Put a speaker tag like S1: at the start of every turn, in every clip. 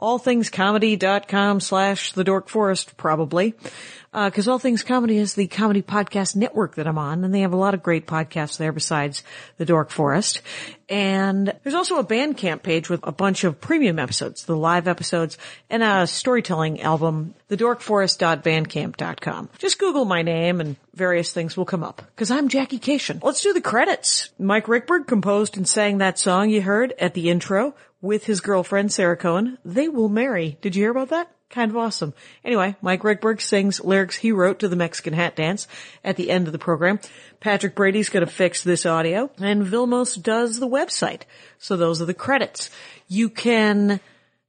S1: allthingscomedy.com slash the dork forest, probably. Uh, cause All Things Comedy is the comedy podcast network that I'm on, and they have a lot of great podcasts there besides the Dork Forest. And there's also a Bandcamp page with a bunch of premium episodes, the live episodes, and a storytelling album, thedorkforest.bandcamp.com. Just Google my name and various things will come up. Cause I'm Jackie Cation. Let's do the credits. Mike Rickberg composed and sang that song you heard at the intro with his girlfriend Sarah Cohen. They will marry. Did you hear about that? Kind of awesome. Anyway, Mike Rechberg sings lyrics he wrote to the Mexican Hat Dance at the end of the program. Patrick Brady's going to fix this audio, and Vilmos does the website. So those are the credits. You can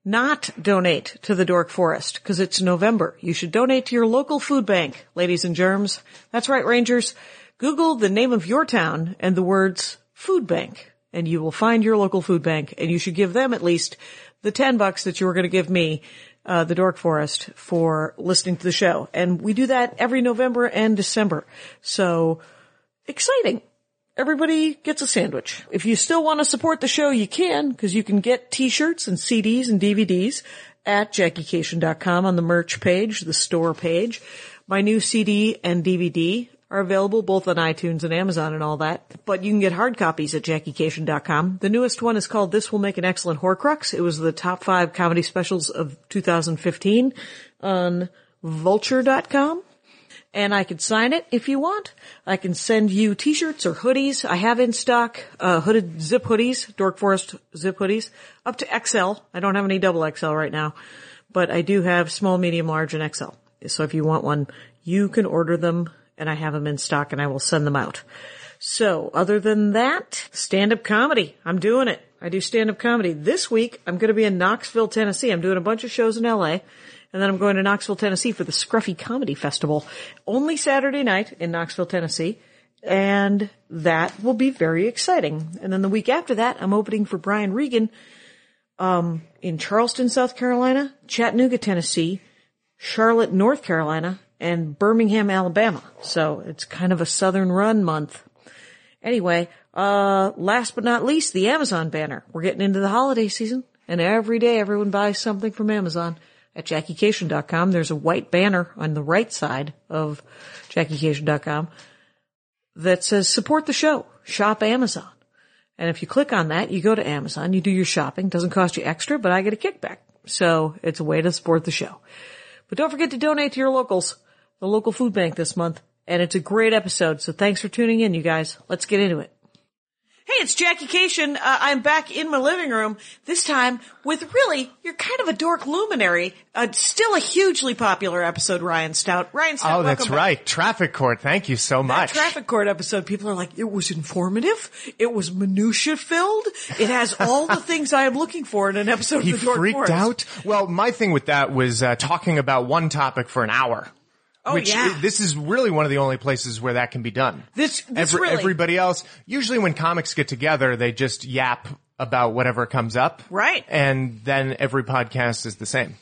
S1: not donate to the Dork Forest because it's November. You should donate to your local food bank, ladies and germs. That's right, Rangers. Google the name of your town and the words food bank and you will find your local food bank and you should give them at least the 10 bucks that you were going to give me, uh, the Dork Forest for listening to the show. And we do that every November and December. So exciting. Everybody gets a sandwich. If you still want to support the show, you can, because you can get t-shirts and CDs and DVDs at JackieCation.com on the merch page, the store page. My new CD and DVD are available both on iTunes and Amazon and all that. But you can get hard copies at JackieCation.com. The newest one is called This Will Make an Excellent Horcrux. It was the top five comedy specials of 2015 on Vulture.com and I can sign it if you want. I can send you t-shirts or hoodies. I have in stock, uh, hooded zip hoodies, Dork Forest zip hoodies, up to XL. I don't have any double XL right now, but I do have small, medium, large, and XL. So if you want one, you can order them and I have them in stock and I will send them out. So other than that, stand-up comedy. I'm doing it. I do stand-up comedy. This week, I'm going to be in Knoxville, Tennessee. I'm doing a bunch of shows in LA. And then I'm going to Knoxville, Tennessee for the Scruffy Comedy Festival only Saturday night in Knoxville, Tennessee. And that will be very exciting. And then the week after that, I'm opening for Brian Regan, um, in Charleston, South Carolina, Chattanooga, Tennessee, Charlotte, North Carolina, and Birmingham, Alabama. So it's kind of a southern run month. Anyway, uh, last but not least, the Amazon banner. We're getting into the holiday season and every day everyone buys something from Amazon at JackieCation.com. There's a white banner on the right side of JackieCation.com that says support the show, shop Amazon. And if you click on that, you go to Amazon, you do your shopping, doesn't cost you extra, but I get a kickback. So it's a way to support the show. But don't forget to donate to your locals, the local food bank this month. And it's a great episode. So thanks for tuning in, you guys. Let's get into it. Hey, it's Jackie Cation. Uh, I'm back in my living room, this time with really, you're kind of a dork luminary, uh, still a hugely popular episode, Ryan Stout. Ryan Stout.
S2: Oh, that's
S1: welcome back.
S2: right. Traffic court. Thank you so
S1: That
S2: much.
S1: traffic court episode, people are like, it was informative. It was minutia filled. It has all the things I am looking for in an episode
S2: he
S1: of the Dork
S2: freaked
S1: Forest.
S2: out. Well, my thing with that was uh, talking about one topic for an hour.
S1: Oh,
S2: which
S1: yeah.
S2: i- this is really one of the only places where that can be done.
S1: This- this really-
S2: everybody else usually when comics get together, they just yap about whatever comes up.
S1: Right.
S2: And then every podcast is the same.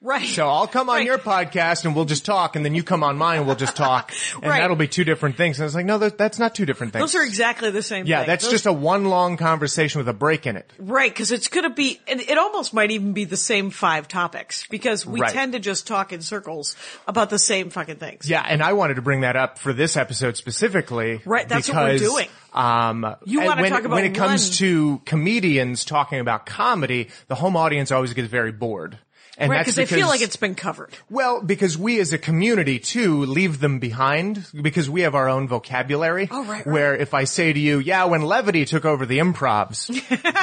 S1: Right.
S2: So I'll come on
S1: Right.
S2: your podcast and we'll just talk and then you come on mine and we'll just talk and
S1: Right.
S2: that'll be two different things. And it's like, no, that, that's not two different things.
S1: Those are exactly the same
S2: yeah,
S1: thing.
S2: that's
S1: Those-
S2: just a one long conversation with a break in it.
S1: Right, because it's going to be, and it almost might even be the same five topics because we
S2: Right.
S1: tend to just talk in circles about the same fucking things.
S2: Yeah, and I wanted to bring that up for this episode specifically.
S1: Right, that's what we're
S2: because,
S1: doing.
S2: Um,
S1: You wanna
S2: and when,
S1: talk about
S2: when it comes
S1: one-
S2: to comedians talking about comedy, the home audience always gets very bored. And
S1: Right,
S2: that's
S1: because they feel like it's been covered.
S2: well because we as a community too leave them behind because we have our own vocabulary.
S1: Oh, right, right.
S2: Where if I say to you, "Yeah, when levity took over the improvs,"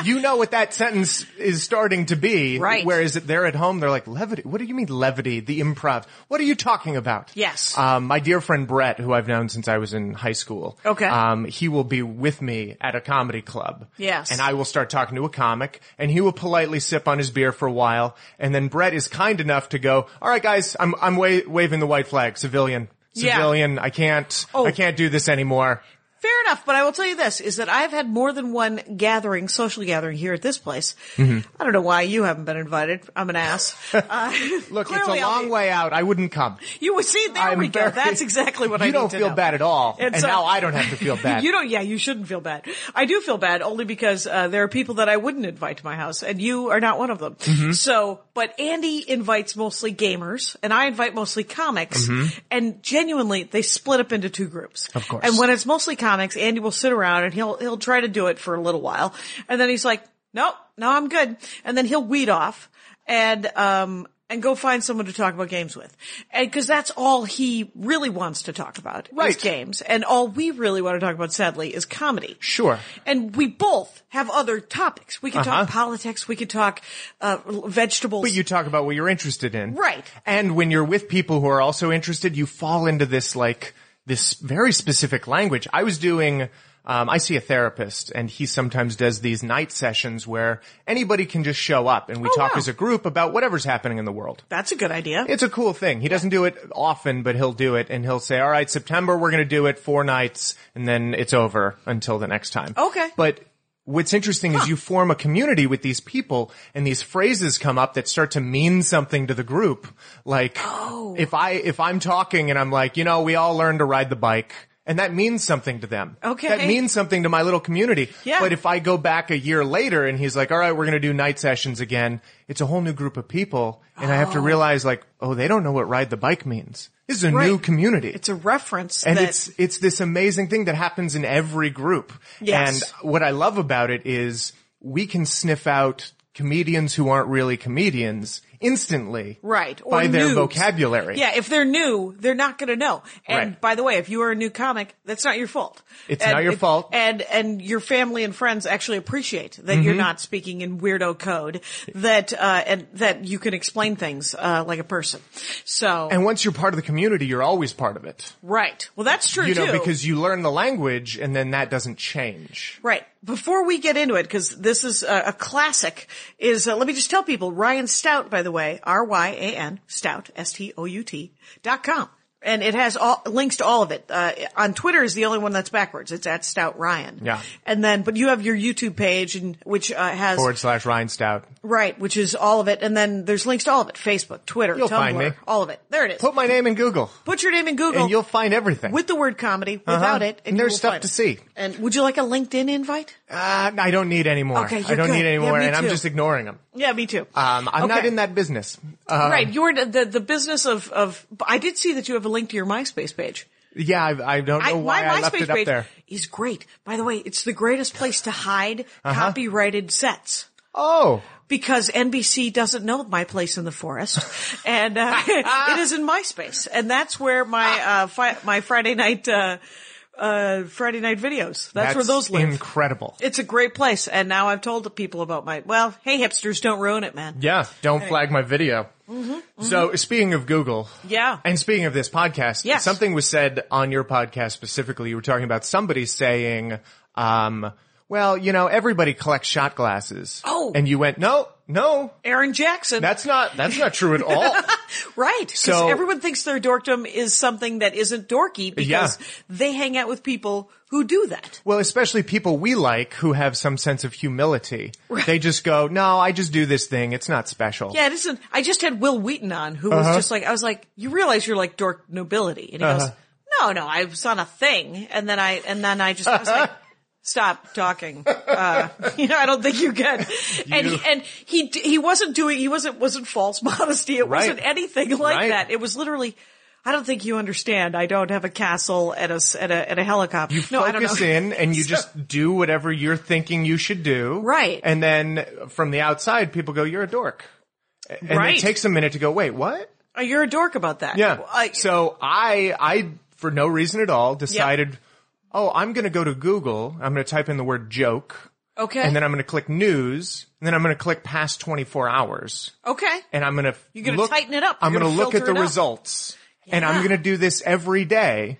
S2: you know what that sentence is starting to be.
S1: Right.
S2: Whereas they're at home, they're like, "Levity? What do you mean levity? The improv? What are you talking about?"
S1: Yes.
S2: Um, my dear friend Brett, who I've known since I was in high school.
S1: Okay.
S2: Um, he will be with me at a comedy club.
S1: Yes.
S2: And I will start talking to a comic, and he will politely sip on his beer for a while, and then Brett Brett is kind enough to go, all right guys, I'm, I'm wa- waving the white flag, civilian.
S1: Yeah.
S2: Civilian, I can't,
S1: Oh.
S2: I can't do this anymore.
S1: Fair enough, but I will tell you this, is that I've had more than one gathering, social gathering here at this place. I don't know why you haven't been invited. I'm an ass. Uh,
S2: Look,
S1: clearly
S2: it's a
S1: I'll
S2: long
S1: be-
S2: way out. I wouldn't come.
S1: You would see, there
S2: I'm
S1: we go.
S2: very-
S1: That's exactly what
S2: you
S1: I need
S2: don't
S1: to
S2: feel
S1: know.
S2: bad at all,
S1: And
S2: and,
S1: so-
S2: now I don't have to feel bad.
S1: You don't, yeah, you shouldn't feel bad. I do feel bad only because, uh, there are people that I wouldn't invite to my house and you are not one of them.
S2: Mm-hmm.
S1: So, but Andy invites mostly gamers and I invite mostly comics and genuinely they split up into two groups. Of
S2: Mm-hmm. course.
S1: And when it's mostly comics, Andy will sit around and he'll, he'll try to do it for a little while and then he's like, nope, no, I'm good. And then he'll weed off and, um, and go find someone to talk about games with. And cause that's all he really wants to talk about is
S2: Right.
S1: games. And all we really want to talk about, sadly, is comedy.
S2: Sure.
S1: And we both have other topics. We could talk
S2: Uh-huh.
S1: politics. We could talk uh, vegetables.
S2: But you talk about what you're interested in.
S1: Right.
S2: And when you're with people who are also interested, you fall into this like, this very specific language. I was doing, um, I see a therapist and he sometimes does these night sessions where anybody can just show up and we
S1: Oh,
S2: talk
S1: wow.
S2: as a group about whatever's happening in the world.
S1: That's a good idea.
S2: It's a cool thing. He doesn't do it often, but he'll do it and he'll say, all right, September, we're going to do it four nights and then it's over until the next time.
S1: Okay.
S2: But what's interesting is you form a community with these people and these phrases come up that start to mean something to the group. Like,
S1: Oh.
S2: if I, if I'm talking and I'm like, you know, we all learn to ride the bike. And that means something to them.
S1: Okay.
S2: That means something to my little community.
S1: Yeah.
S2: But if I go back a year later and he's like, all right, we're going to do night sessions again, it's a whole new group of people. And I have to realize like, oh, they don't know what ride the bike means. This is a new
S1: Right.
S2: community.
S1: It's a reference
S2: and
S1: that
S2: it's, it's this amazing thing that happens in every group.
S1: Yes.
S2: And what I love about it is we can sniff out comedians who aren't really comedians instantly.
S1: right or
S2: by their
S1: noobs.
S2: vocabulary.
S1: Yeah, if they're new, they're not going to know. And
S2: Right.
S1: by the way, if you are a new comic, that's not your fault.
S2: It's
S1: And
S2: not your fault.
S1: And and your family and friends actually appreciate that
S2: Mm-hmm.
S1: you're not speaking in weirdo code. That uh, and that you can explain things uh, like a person. So
S2: And once you're part of the community, you're always part of it.
S1: Right. Well, that's true
S2: You
S1: too.
S2: know, because you learn the language and then that doesn't change.
S1: right before we get into it, because this is a, a classic. Is uh, let me just tell people Ryan Stout, by the way, R Y A N Stout S T O U T dot com. And it has all links to all of it. Uh, on Twitter is the only one that's backwards. It's at Stout Ryan.
S2: Yeah.
S1: And then, but you have your YouTube page, and which uh, has
S2: Forward slash Ryan Stout.
S1: right, which is all of it. And then there's links to all of it: Facebook, Twitter,
S2: You'll
S1: Tumblr,
S2: find me.
S1: all of it. There it is.
S2: Put my name in Google,
S1: Put your name in Google,
S2: and you'll find everything.
S1: with the word comedy. Without it, and
S2: And
S1: you
S2: there's
S1: will
S2: stuff
S1: find
S2: to
S1: it.
S2: see.
S1: And would you like a LinkedIn invite?
S2: uh, I don't need any more.
S1: Okay,
S2: I
S1: you're
S2: don't
S1: good.
S2: need any
S1: Yeah,
S2: more,
S1: me
S2: and I'm
S1: too.
S2: just ignoring them.
S1: Yeah, me too.
S2: Um, I'm not
S1: Okay.
S2: in that business. Uh,
S1: right, you're in the the business of of. I did see that you have a link to your MySpace page.
S2: yeah, I, I don't know
S1: I, my
S2: why I left
S1: MySpace
S2: it up
S1: page
S2: there.
S1: is great. By the way, it's the greatest place to hide
S2: Uh-huh.
S1: copyrighted sets.
S2: Oh,
S1: Because NBC doesn't know my place in the forest, and uh, it is in MySpace, and that's where my
S2: Ah.
S1: uh, fi- my Friday night uh, uh, Friday night videos. That's, where those live.
S2: incredible.
S1: it's a great place, and now I've told the people about my. Well, hey hipsters, don't ruin it, man.
S2: Yeah, don't flag my video. So speaking of Google,
S1: Mm-hmm, Yeah.
S2: and speaking of this podcast,
S1: Yes.
S2: something was said on your podcast specifically. You were talking about somebody saying, um, "Well, you know, everybody collects shot glasses."
S1: Oh.
S2: and you went, "No, no,
S1: Aaron Jackson.
S2: that's not that's not true at all."
S1: Right. Because
S2: So-
S1: everyone thinks their dorkdom is something that isn't dorky because
S2: Yeah.
S1: they hang out with people who do that.
S2: well, especially people we like who have some sense of humility. They just go, "No, I just do this thing. It's not special."
S1: Yeah, it isn't. I just had Will Wheaton on who
S2: Uh-huh.
S1: was just like, I was like, you realize you're like dork nobility. And he goes,
S2: Uh-huh.
S1: no, no, I was on a thing. And then I, and then I just, I was like, stop talking. Uh, you know, I don't think you can. And he, and he, d- he wasn't doing, he wasn't, wasn't false modesty. It
S2: Right.
S1: wasn't anything like
S2: Right.
S1: that. It was literally, I don't think you understand. I don't have a castle and a, s- and a, and a helicopter. no, I don't know.
S2: Focus in and you just do whatever you're thinking you should do.
S1: Right.
S2: And then from the outside, people go, you're a dork. A- And
S1: Right.
S2: it takes a minute to go, wait, what?
S1: Oh, you're a dork about that.
S2: Yeah.
S1: I,
S2: so I, I, for no reason at all, decided, oh, I'm going to go to Google. I'm going to type in the word joke
S1: okay.
S2: and then I'm going to click news and then I'm going to click past 24 hours
S1: okay.
S2: and I'm going to You're
S1: gonna tighten it up.
S2: I'm
S1: You're
S2: going to
S1: gonna
S2: look at
S1: filter
S2: the
S1: it up.
S2: results and I'm
S1: Yeah.
S2: going to do this every day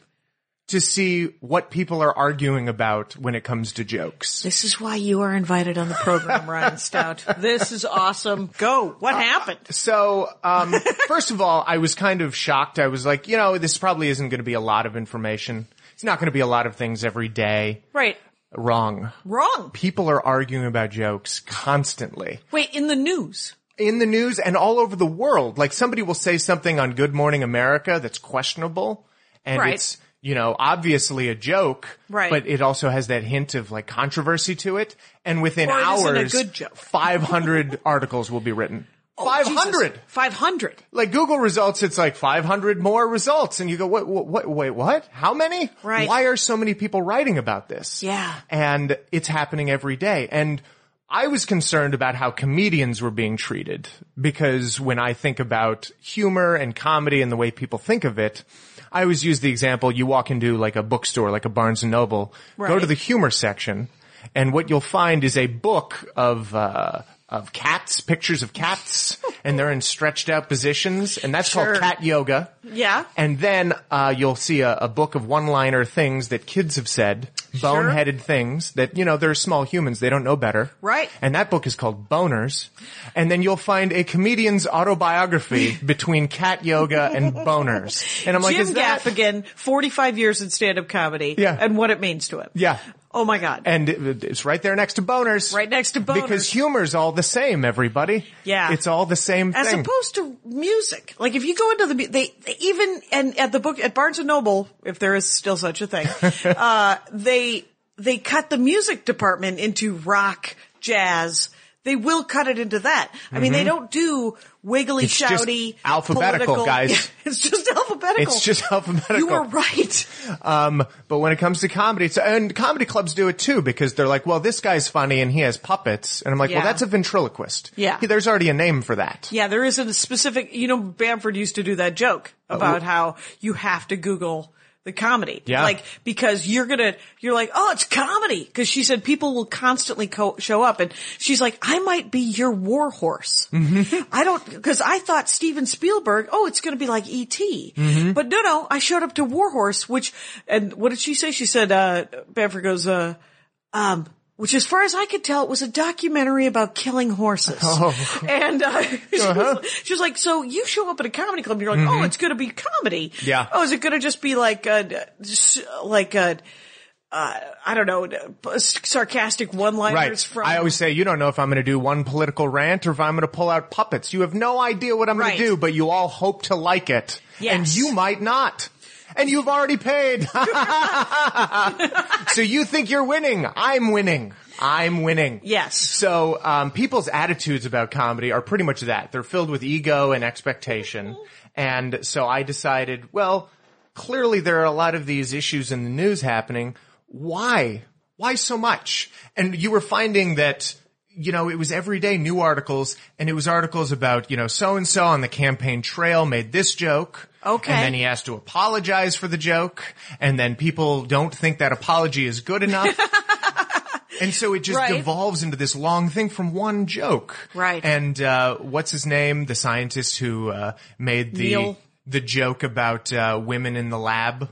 S2: to see what people are arguing about when it comes to jokes.
S1: This is why you are invited on the program, Ryan Stout. This is awesome. Go. What happened?
S2: So, um, first of all, I was kind of shocked. I was like, you know, this probably isn't going to be a lot of information. It's not going to be a lot of things every day.
S1: Right.
S2: Wrong.
S1: Wrong.
S2: People are arguing about jokes constantly.
S1: Wait, in the news.
S2: in the news and all over the world. Like somebody will say something on Good Morning America that's questionable and
S1: Right.
S2: it's, you know, obviously a joke,
S1: Right.
S2: but it also has that hint of like controversy to it. And within
S1: Or it isn't a
S2: hours,
S1: good joke. Oh,
S2: 500 articles will be written. 500!
S1: Five hundred.
S2: Like Google results, it's like 500 more results. And you go, what, what, what, wait, what? How many?
S1: Right.
S2: Why are so many people writing about this?
S1: Yeah.
S2: And it's happening every day. And I was concerned about how comedians were being treated because when I think about humor and comedy and the way people think of it, I always use the example, you walk into like a bookstore, like a Barnes and Noble, go
S1: Right.
S2: to the humor section and what you'll find is a book of, uh, of cats, pictures of cats, and they're in stretched out positions, and that's
S1: Sure.
S2: called cat yoga.
S1: Yeah.
S2: And then uh, you'll see a, a book of one-liner things that kids have said, boneheaded things that you know they're small humans; they don't know better.
S1: Right.
S2: And that book is called Boners. And then you'll find a comedian's autobiography between cat yoga and boners. And I'm like,
S1: Jim
S2: is that?
S1: Gaffigan, forty-five years in stand-up comedy,
S2: Yeah.
S1: and what it means to him.
S2: Yeah.
S1: Oh my God.
S2: And it- it's right there next to boners.
S1: Right next to boners.
S2: Because humor's all the same, everybody.
S1: Yeah.
S2: It's all the same
S1: as
S2: thing.
S1: opposed to music. Like if you go into the mu- they, they even and at the book at Barnes and Noble, if there is still such a thing, uh, they they cut the music department into rock, jazz. They will cut it into that. I mean, they don't do wiggly,
S2: Mm-hmm. It's just
S1: shouty,
S2: alphabetical,
S1: political-
S2: guys.
S1: it's just alphabetical.
S2: It's just alphabetical.
S1: You were right.
S2: Um, but when it comes to comedy, it's, and comedy clubs do it too because they're like, well, this guy's funny and he has puppets, and I'm like,
S1: Yeah.
S2: well, that's a ventriloquist.
S1: Yeah.
S2: He- there's already a name for that.
S1: Yeah, there isn't a specific. You know, Bamford used to do that joke about how you have to Google the comedy.
S2: Yeah.
S1: Like, because you're gonna, you're like, oh, it's comedy. Cause she said people will constantly co- show up and she's like, I might be your war horse. I don't, cause I thought Steven Spielberg, oh, it's gonna be like E.T.
S2: Mm-hmm.
S1: But no, no, I showed up to war horse, which, and what did she say? She said, uh, Bamford goes, uh, um, which as far as I could tell, was a documentary about killing horses.
S2: Oh.
S1: And, uh, she,
S2: Uh-huh.
S1: was, she was like, so you show up at a comedy club and you're like, oh, it's going to be comedy.
S2: Mm-hmm. Yeah.
S1: Oh, is it going to just be like, a, just like a, uh, I don't know, sarcastic one-liners
S2: Right.
S1: from.
S2: I always say, you don't know if I'm going to do one political rant or if I'm going to pull out puppets. You have no idea what I'm
S1: Right.
S2: going to do, but you all hope to like it.
S1: Yes.
S2: And you might not. And you've already paid. so you think you're winning. I'm winning. I'm winning.
S1: Yes.
S2: So um, people's attitudes about comedy are pretty much that they're filled with ego and expectation. And so I decided, well, clearly there are a lot of these issues in the news happening. Why? Why so much? And you were finding that. You know, it was everyday new articles and it was articles about, you know, so and so on the campaign trail made this joke.
S1: Okay.
S2: And then he has to apologize for the joke. And then people don't think that apology is good enough. And so it just
S1: Right.
S2: devolves into this long thing from one joke.
S1: Right.
S2: And uh, what's his name? The scientist who uh, made the
S1: Neil.
S2: the joke about uh, women in the lab.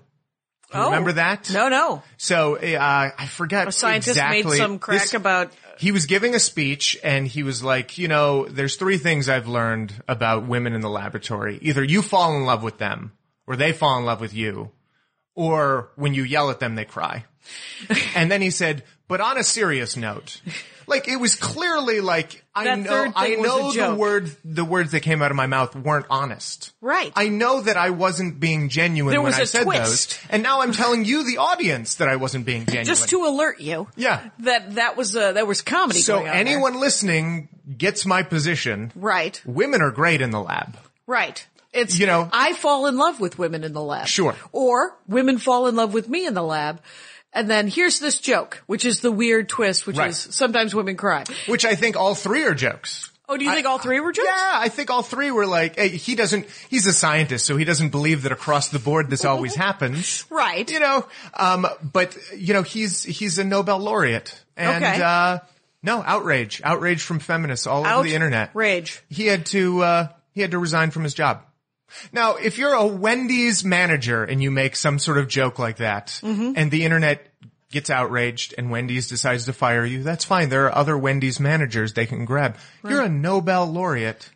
S1: Oh.
S2: Remember that?
S1: No, no.
S2: So uh, I forgot.
S1: A scientist
S2: exactly.
S1: made some crack
S2: This-
S1: about,
S2: He was giving a speech and he was like, you know, there's three things I've learned about women in the laboratory. Either you fall in love with them, or they fall in love with you, or when you yell at them, they cry. and then he said, but on a serious note, like it was clearly like I
S1: That
S2: know
S1: third
S2: I
S1: thing was a
S2: know the
S1: joke.
S2: word the words that came out of my mouth weren't honest.
S1: Right.
S2: I know that I wasn't being genuine
S1: There
S2: when
S1: was
S2: I
S1: a
S2: said
S1: twist.
S2: those, and now I'm telling you, the audience, that I wasn't being genuine.
S1: just to alert you.
S2: Yeah.
S1: That, that was, uh, that was comedy.
S2: So
S1: going on there.
S2: anyone listening gets my position.
S1: Right.
S2: Women are great in the lab.
S1: Right. It's
S2: You know-
S1: I fall in love with women in the lab.
S2: Sure.
S1: Or women fall in love with me in the lab. And then here's this joke, which is the weird twist, which
S2: Right.
S1: is sometimes women cry.
S2: Which I think all three are jokes.
S1: Oh, do you think all three were jokes?
S2: Yeah, I think all three were like, hey, he doesn't, he's a scientist, so he doesn't believe that across the board this always happens.
S1: Right.
S2: You know, um, but, you know, he's, he's a Nobel laureate. And,
S1: Okay.
S2: uh, no, outrage. Outrage from feminists all over the internet.
S1: Rage.
S2: He had to, uh, he had to resign from his job. Now, if you're a Wendy's manager and you make some sort of joke like that
S1: Mm-hmm.
S2: and the internet gets outraged and Wendy's decides to fire you, that's fine. There are other Wendy's managers they can grab. You're a Nobel laureate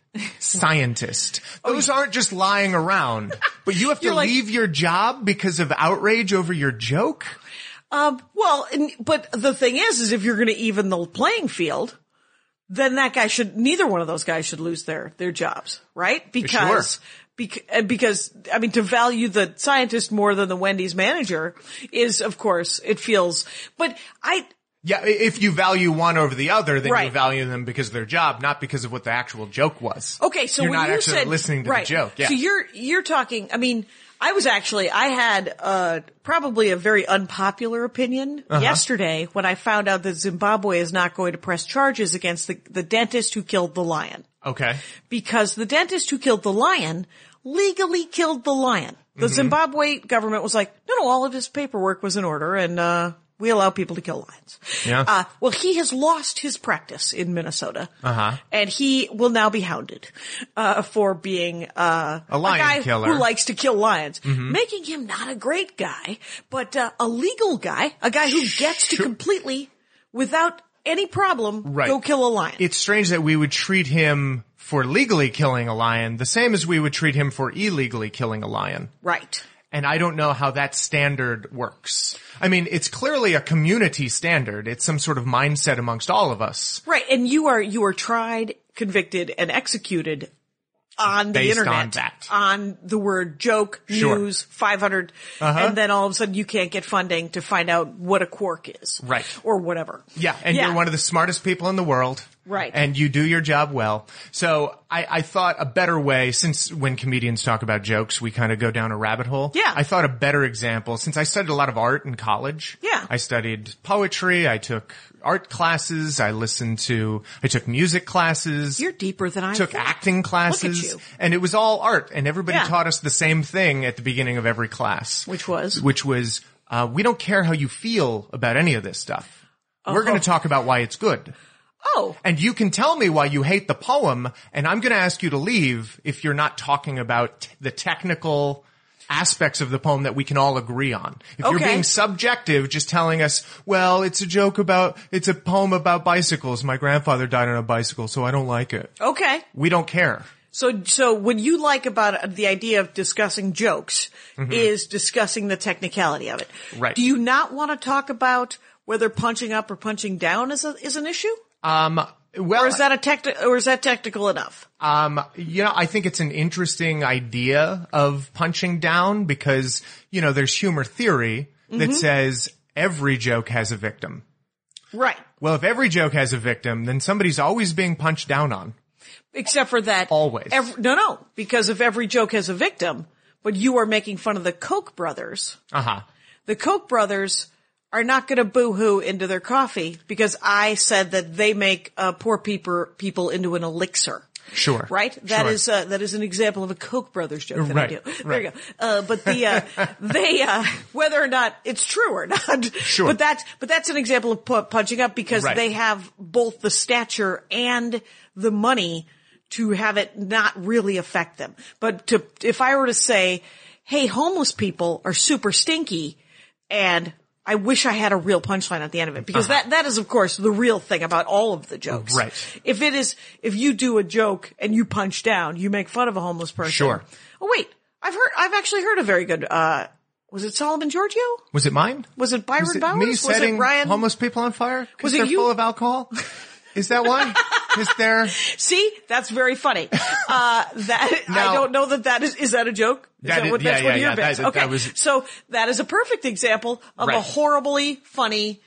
S2: scientist. Those aren't just lying around, but you have to
S1: Oh, You're like-
S2: leave your job because of outrage over your joke.
S1: Um, well, and, but the thing is, is if you're going to even the playing field, then that guy should, neither one of those guys should lose their, their jobs, right? Because,
S2: Sure.
S1: bec- uh, because, I mean, to value the scientist more than the Wendy's manager is, of course, it feels, but I,
S2: Yeah, i- if you value one over the other, then you
S1: Right.
S2: value them because of their job, not because of what the actual joke was.
S1: Okay, so
S2: you're
S1: when
S2: not
S1: you
S2: actually
S1: said
S2: listening to
S1: right,
S2: the joke. Yeah.
S1: So you're you're talking. I mean, I was actually I had uh, probably a very unpopular opinion
S2: Uh-huh.
S1: yesterday when I found out that Zimbabwe is not going to press charges against the, the dentist who killed the lion
S2: okay.
S1: because the dentist who killed the lion legally killed the lion. The
S2: Mm-hmm.
S1: Zimbabwe government was like, no, no, all of his paperwork was in order and, uh, we allow people to kill lions.
S2: Yeah.
S1: Uh, well, he has lost his practice in Minnesota. Uh-huh. And he will now be hounded, uh, for being, uh,
S2: A lion
S1: guy
S2: killer. Mm-hmm.
S1: who likes to kill lions, making him not a great guy, but, uh, a legal guy, a guy who gets to completely, without any problem,
S2: Right.
S1: go kill a lion.
S2: It's strange that we would treat him for legally killing a lion the same as we would treat him for illegally killing a lion.
S1: right.
S2: And I don't know how that standard works. I mean, it's clearly a community standard. It's some sort of mindset amongst all of us.
S1: Right, and you are you are tried, convicted, and executed on the
S2: Based
S1: internet
S2: on that.
S1: on the word joke,
S2: Sure. Uh-huh.
S1: news, five and then all of a sudden you can't get funding to find out what a quark is,
S2: Right.
S1: or whatever.
S2: Yeah, and you're one of the smartest people in the world.
S1: Right.
S2: And you do your job well. So I, I thought a better way, since when comedians talk about jokes, we kind of go down a rabbit hole.
S1: Yeah.
S2: I thought a better example, since I studied a lot of art in college.
S1: Yeah.
S2: I studied poetry, I took art classes, I listened to, I took music classes.
S1: you're deeper than I
S2: took
S1: thought.
S2: acting classes
S1: you.
S2: and it was all art and everybody
S1: Yeah.
S2: taught us the same thing at the beginning of every class
S1: Which was?
S2: which was uh, we don't care how you feel about any of this stuff we're going to talk about why it's good
S1: Oh,
S2: and you can tell me why you hate the poem and i'm going to ask you to leave if you're not talking about t- the technical aspects of the poem that we can all agree on if you're
S1: Okay.
S2: being subjective just telling us well it's a joke about it's a poem about bicycles my grandfather died on a bicycle so i don't like it
S1: okay.
S2: we don't care
S1: So so what you like about the idea of discussing jokes is discussing the technicality of it.
S2: Mm-hmm. Right.
S1: Do you not want to talk about whether punching up or punching down is a, is an issue?
S2: Um, well,
S1: Or is that a tech, or is that technical enough?
S2: um, you know, I think it's an interesting idea of punching down because, you know, there's humor theory
S1: Mm-hmm.
S2: that says every joke has a victim.
S1: Right.
S2: Well, if every joke has a victim, then somebody's always being punched down on.
S1: Except for that.
S2: Always.
S1: ev- no, no. Because if every joke has a victim, but you are making fun of the Koch brothers,
S2: Uh huh.
S1: the Koch brothers are not going to boo-hoo into their coffee because I said that they make uh, poor people, people into an elixir.
S2: Sure.
S1: Right? That
S2: Sure.
S1: is uh, that is an example of a Koch brothers joke that
S2: Right,
S1: I do. There you
S2: right.
S1: go. Uh, but the uh, they uh, whether or not it's true or not. Sure. But that's but that's an example of pu- punching up because
S2: Right.
S1: they have both the stature and the money to have it not really affect them. But to if I were to say, "Hey, homeless people are super stinky," and I wish I had a real punchline at the end of it because that, that is of course the real thing about all of the jokes.
S2: Uh-huh. Right.
S1: If it is, if you do a joke and you punch down, you make fun of a homeless person.
S2: Sure.
S1: Oh wait, I've heard, I've actually heard a very good, uh, was it Solomon Giorgio?
S2: Was it mine?
S1: Was it Byron
S2: was it
S1: Bowers?
S2: me
S1: was
S2: setting
S1: it Ryan?
S2: homeless people on fire? 'Cause
S1: Was it
S2: they're
S1: you?
S2: full of alcohol? Is that one? Is there?
S1: See, that's very funny. Uh, that
S2: Now-
S1: I don't know that that is is that a joke? Is
S2: That
S1: that
S2: is-
S1: what,
S2: yeah,
S1: that's
S2: yeah,
S1: one of your
S2: yeah,
S1: bits?
S2: that-
S1: okay,
S2: that was-
S1: so that is a perfect example of a
S2: Right.
S1: horribly funny,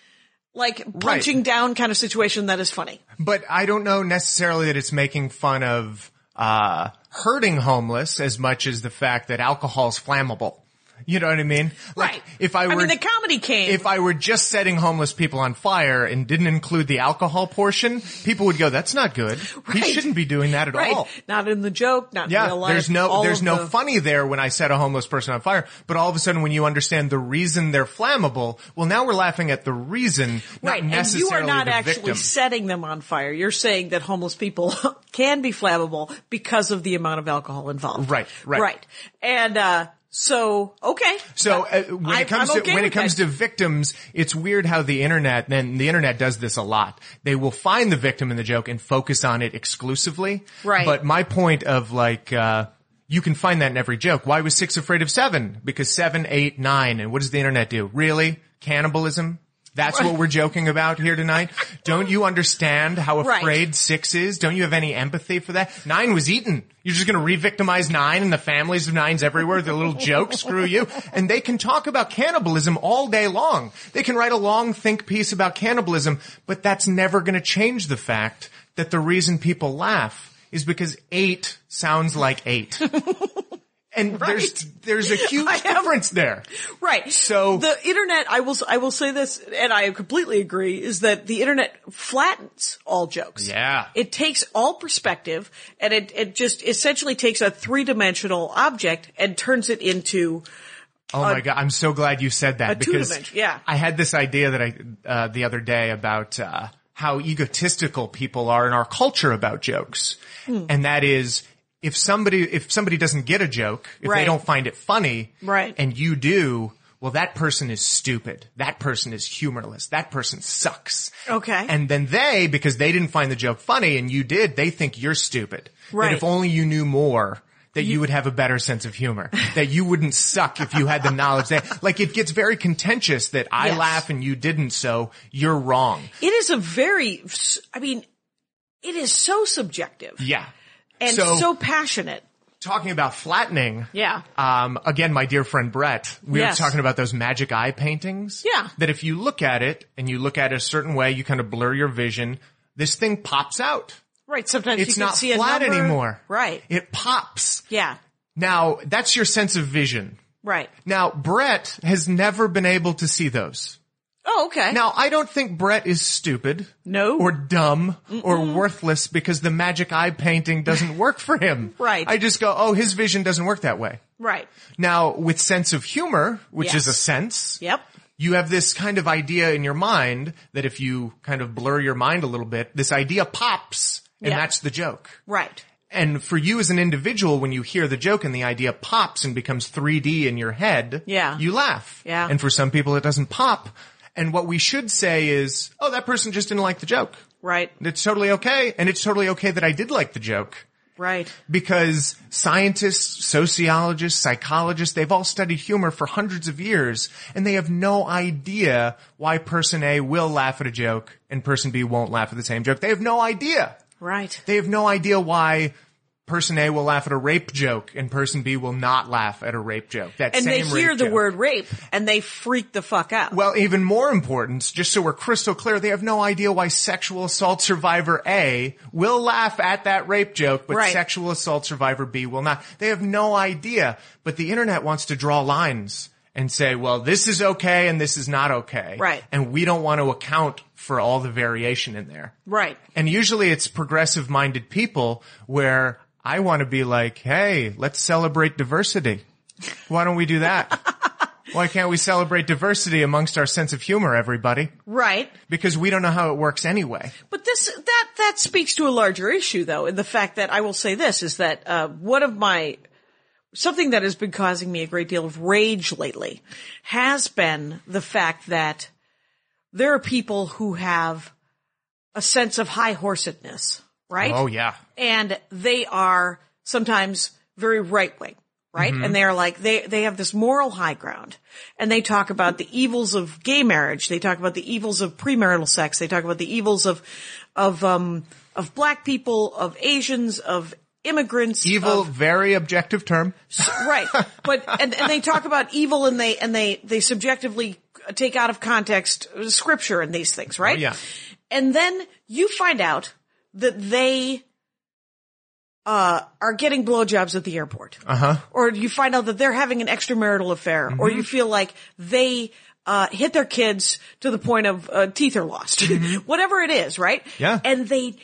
S1: like punching down kind of situation that is funny.
S2: But I don't know necessarily that it's making fun of uh, hurting homeless as much as the fact that alcohol's flammable. You know what I mean? Like
S1: Right.
S2: if I were
S1: I mean, the comedy came.
S2: if I were just setting homeless people on fire and didn't include the alcohol portion, people would go, "That's not good.
S1: Right.
S2: He shouldn't be doing that at
S1: right.
S2: all."
S1: Not in the joke, not in
S2: Yeah,
S1: real life.
S2: there's no
S1: all
S2: there's
S1: of
S2: no
S1: the-
S2: funny there when I set a homeless person on fire. But all of a sudden, when you understand the reason they're flammable, well, now we're laughing at the reason, not
S1: Right, and you
S2: necessarily
S1: are not
S2: the
S1: actually
S2: victim.
S1: setting them on fire. You're saying that homeless people can be flammable because of the amount of alcohol involved.
S2: Right, right.
S1: right. And uh, so, okay.
S2: So uh, when
S1: I-
S2: it comes
S1: I'm
S2: to
S1: okay
S2: when it
S1: with
S2: comes
S1: that.
S2: to victims, it's weird how the internet and the internet does this a lot. They will find the victim in the joke and focus on it exclusively.
S1: Right.
S2: But my point of like. Uh, you can find that in every joke. Why was six afraid of seven? Because seven, eight, nine, and what does the internet do? Really? Cannibalism? That's what we're joking about here tonight? Don't you understand how
S1: Right.
S2: afraid six is? Don't you have any empathy for that? Nine was eaten. You're just going to re-victimize nine and the families of nines everywhere. The little joke, screw you. And they can talk about cannibalism all day long. They can write a long think piece about cannibalism, but that's never going to change the fact that the reason people laugh is because eight sounds like eight. And there's, there's a huge difference there.
S1: Right.
S2: So-
S1: the internet, I will, I will say this, and I completely agree, is that the internet flattens all jokes.
S2: Yeah.
S1: It takes all perspective, and it it just essentially takes a three dimensional object and turns it into
S2: Oh my god! I'm so glad you said that
S1: a
S2: because
S1: two-dimension- yeah.
S2: I had this idea that I uh, the other day about uh, how egotistical people are in our culture about jokes,
S1: Hmm.
S2: and that is if somebody if somebody doesn't get a joke, if they
S1: Right.
S2: don't find it funny,
S1: Right.
S2: and you do. Well, that person is stupid. That person is humorless. That person sucks.
S1: Okay.
S2: And then they, because they didn't find the joke funny and you did, they think you're stupid. That
S1: Right.
S2: if only you knew more, that you, would have a better sense of humor. that you wouldn't suck if you had the knowledge that, like, it gets very contentious that I
S1: Yes.
S2: laugh and you didn't, so you're wrong.
S1: It is a very, I mean, it is so subjective
S2: Yeah.
S1: and
S2: so,
S1: so, passionate.
S2: talking about flattening.
S1: Yeah.
S2: Um, again, my dear friend Brett, we
S1: Yes.
S2: were talking about those magic eye paintings.
S1: Yeah.
S2: That if you look at it and you look at it a certain way, you kind of blur your vision. This thing pops out.
S1: Right. Sometimes
S2: It's
S1: you can
S2: not
S1: see
S2: flat
S1: a number.
S2: anymore.
S1: Right.
S2: It pops.
S1: yeah.
S2: Now, that's your sense of vision.
S1: Right.
S2: Now, Brett has never been able to see those.
S1: Oh, okay.
S2: Now, I don't think Brett is stupid.
S1: No.
S2: Or dumb or worthless because the magic eye painting doesn't work for him.
S1: Right.
S2: I just go, oh, his vision doesn't work that way.
S1: right.
S2: Now, with sense of humor, which is
S1: Yes.
S2: a sense,
S1: Yep.
S2: you have this kind of idea in your mind that if you kind of blur your mind a little bit, this idea pops and
S1: Yeah.
S2: that's the joke.
S1: Right.
S2: And for you as an individual, when you hear the joke and the idea pops and becomes 3D in your head,
S1: Yeah.
S2: you laugh.
S1: Yeah.
S2: And for some people, it doesn't pop. And what we should say is, oh, that person just didn't like the joke.
S1: Right.
S2: It's totally okay. And it's totally okay that I did like the joke
S1: Right.
S2: because scientists, sociologists, psychologists, they've all studied humor for hundreds of years and they have no idea why person A will laugh at a joke and person B won't laugh at the same joke. They have no idea.
S1: Right.
S2: They have no idea why person A will laugh at a rape joke and person B will not laugh at a rape joke. That
S1: and they
S2: same
S1: hear
S2: rape
S1: the
S2: joke.
S1: word rape and they freak the fuck out.
S2: Well, even more important, just so we're crystal clear, they have no idea why sexual assault survivor A will laugh at that rape joke, but
S1: Right.
S2: sexual assault survivor B will not. They have no idea, but the internet wants to draw lines and say, well, this is okay and this is not okay.
S1: Right.
S2: And we don't want to account for all the variation in there.
S1: right.
S2: And usually it's progressive minded people where I want to be like, hey, let's celebrate diversity. Why don't we do that? Why can't we celebrate diversity amongst our sense of humor, everybody?
S1: Right.
S2: Because we don't know how it works anyway.
S1: But this that that speaks to a larger issue, though, in the fact that I will say this is that uh, one of my something that has been causing me a great deal of rage lately has been the fact that there are people who have a sense of high horsedness, right?
S2: Oh yeah.
S1: and they are sometimes very right wing, right? And they are like they they have this moral high ground, and they talk about the evils of gay marriage. They talk about the evils of premarital sex. They talk about the evils of of um of black people, of Asians, of immigrants,
S2: Evil,
S1: of-
S2: very objective term.
S1: right? But and, and they talk about evil, and they and they they subjectively take out of context scripture and these things, right?
S2: yeah.
S1: And then you find out that they uh, are getting blowjobs at the airport. Uh-huh. Or you find out that they're having an extramarital affair, or you feel like they, uh, hit their kids to the point of, uh, teeth are lost. Whatever it is, right?
S2: Yeah.
S1: And they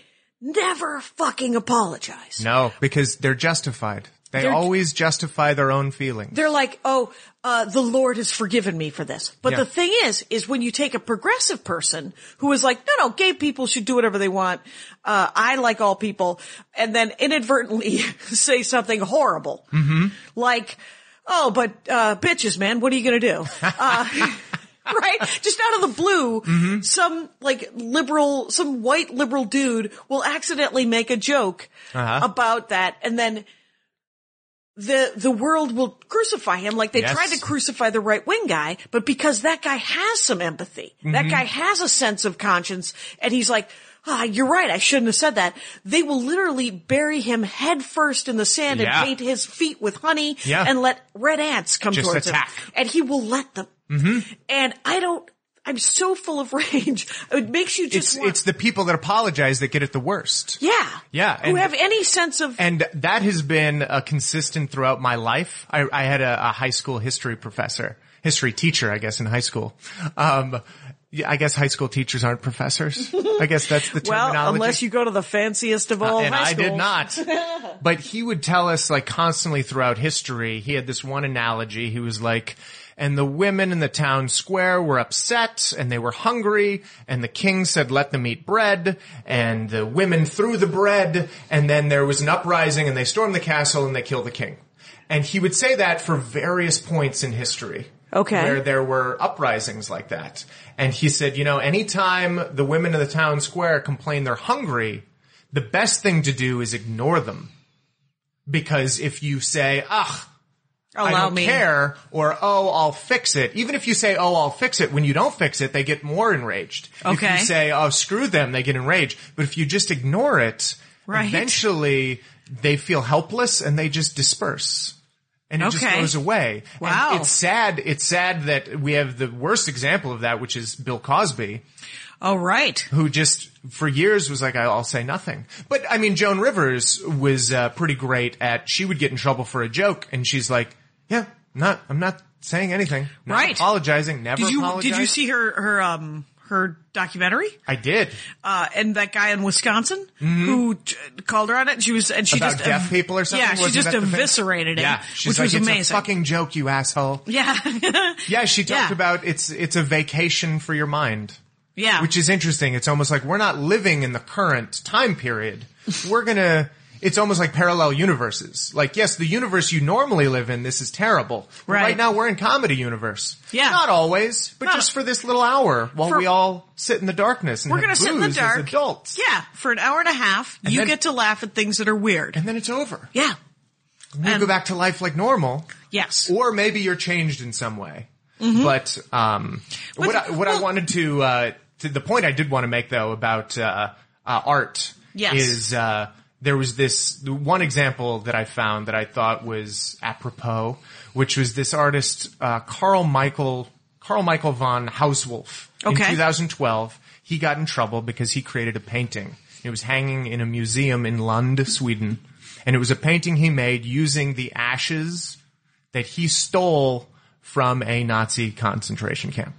S1: never fucking apologize.
S2: No, because they're justified. They
S1: They're-
S2: always justify their own feelings.
S1: They're like, oh, uh, the Lord has forgiven me for this. But
S2: Yeah.
S1: the thing is, is when you take a progressive person who is like, no, no, gay people should do whatever they want. Uh, I like all people and then inadvertently say something horrible. Like, oh, but, uh, bitches, man, what are you going to do? Uh, Right? Just out of the blue,
S2: Mm-hmm.
S1: some like liberal, some white liberal dude will accidentally make a joke
S2: Uh-huh.
S1: about that and then the the world will crucify him like they
S2: Yes.
S1: tried to crucify the right wing guy, but because that guy has some empathy,
S2: Mm-hmm.
S1: that guy has a sense of conscience, and he's like, ah, you're right, I shouldn't have said that. They will literally bury him head first in the sand
S2: Yeah.
S1: and paint his feet with honey
S2: Yeah.
S1: and let red ants come
S2: Just
S1: towards
S2: attack.
S1: him. And he will let them. And I don't I'm so full of rage. It makes you just
S2: it's
S1: want,
S2: it's the people that apologize that get it the worst.
S1: yeah.
S2: Yeah,
S1: Who
S2: and-
S1: have any sense of
S2: And that has been uh, consistent throughout my life. I, I had a, a high school history professor, history teacher, I guess, in high school. Um, yeah, I guess high school teachers aren't professors. I guess that's the terminology. Uh,
S1: well, unless you go to the fanciest of all
S2: and
S1: high
S2: I did
S1: schools.
S2: not. but he would tell us like constantly throughout history. He had this one analogy. He was like, and the women in the town square were upset and they were hungry and the king said, let them eat bread and the women threw the bread and then there was an uprising and they stormed the castle and they killed the king. And he would say that for various points in history.
S1: Okay.
S2: Where there were uprisings like that. And he said, you know, anytime the women of the town square complain they're hungry, the best thing to do is ignore them. Because if you say, ugh, I
S1: Allow
S2: don't
S1: me.
S2: care, or oh, I'll fix it, even if you say, oh, I'll fix it, when you don't fix it, they get more enraged.
S1: Okay.
S2: If you say, oh, screw them, they get enraged. But if you just ignore it,
S1: Right.
S2: eventually they feel helpless and they just disperse. And it just
S1: Okay.
S2: goes away. And
S1: Wow.
S2: it's sad. It's sad that we have the worst example of that, which is Bill Cosby
S1: All right.
S2: who just for years was like, I'll say nothing. But I mean, Joan Rivers was uh, pretty great at. She would get in trouble for a joke, and she's like, Yeah, not. I'm not saying anything. Not
S1: Right.
S2: Apologizing. Never.
S1: Did you
S2: apologize.
S1: did you see her her um her documentary?
S2: I did
S1: Uh, and that guy in Wisconsin who t- called her on it. and She was and she
S2: Mm-hmm. about
S1: just
S2: deaf
S1: ev-
S2: people or something.
S1: Yeah, she
S2: Wasn't
S1: just
S2: that the thing?
S1: eviscerated him,
S2: Yeah, she's
S1: which
S2: like,
S1: was
S2: it's
S1: amazing.
S2: A fucking joke, you asshole.
S1: yeah,
S2: Yeah, she talked
S1: Yeah.
S2: about it's it's a vacation for your mind.
S1: yeah.
S2: which is interesting. It's almost like we're not living in the current time period. We're gonna. It's almost like parallel universes. Like, yes, the universe you normally live in, this is terrible. But
S1: Right.
S2: right now, we're in comedy universe.
S1: Yeah.
S2: Not always, but
S1: Not-
S2: just for this little hour while
S1: For-
S2: we all sit in the darkness and
S1: we're
S2: have
S1: gonna sit in the
S2: booze as
S1: dark.
S2: adults.
S1: yeah, for an hour and a half, you
S2: then-
S1: get to laugh at things that are weird.
S2: And then it's over.
S1: Yeah.
S2: We
S1: and-
S2: go back to life like normal,
S1: Yes. Mm-hmm.
S2: or maybe you're changed in some way. But um, what I, what I
S1: well-
S2: wanted to, uh, to the point I did want to make though about uh, uh, art
S1: Yes.
S2: is uh, there was this the one example that I found that I thought was apropos, which was this artist uh, Carl Michael Carl Michael von Hauswolf
S1: Okay.
S2: in 2012. He got in trouble because he created a painting. It was hanging in a museum in Lund, Sweden, and it was a painting he made using the ashes that he stole from a Nazi concentration camp.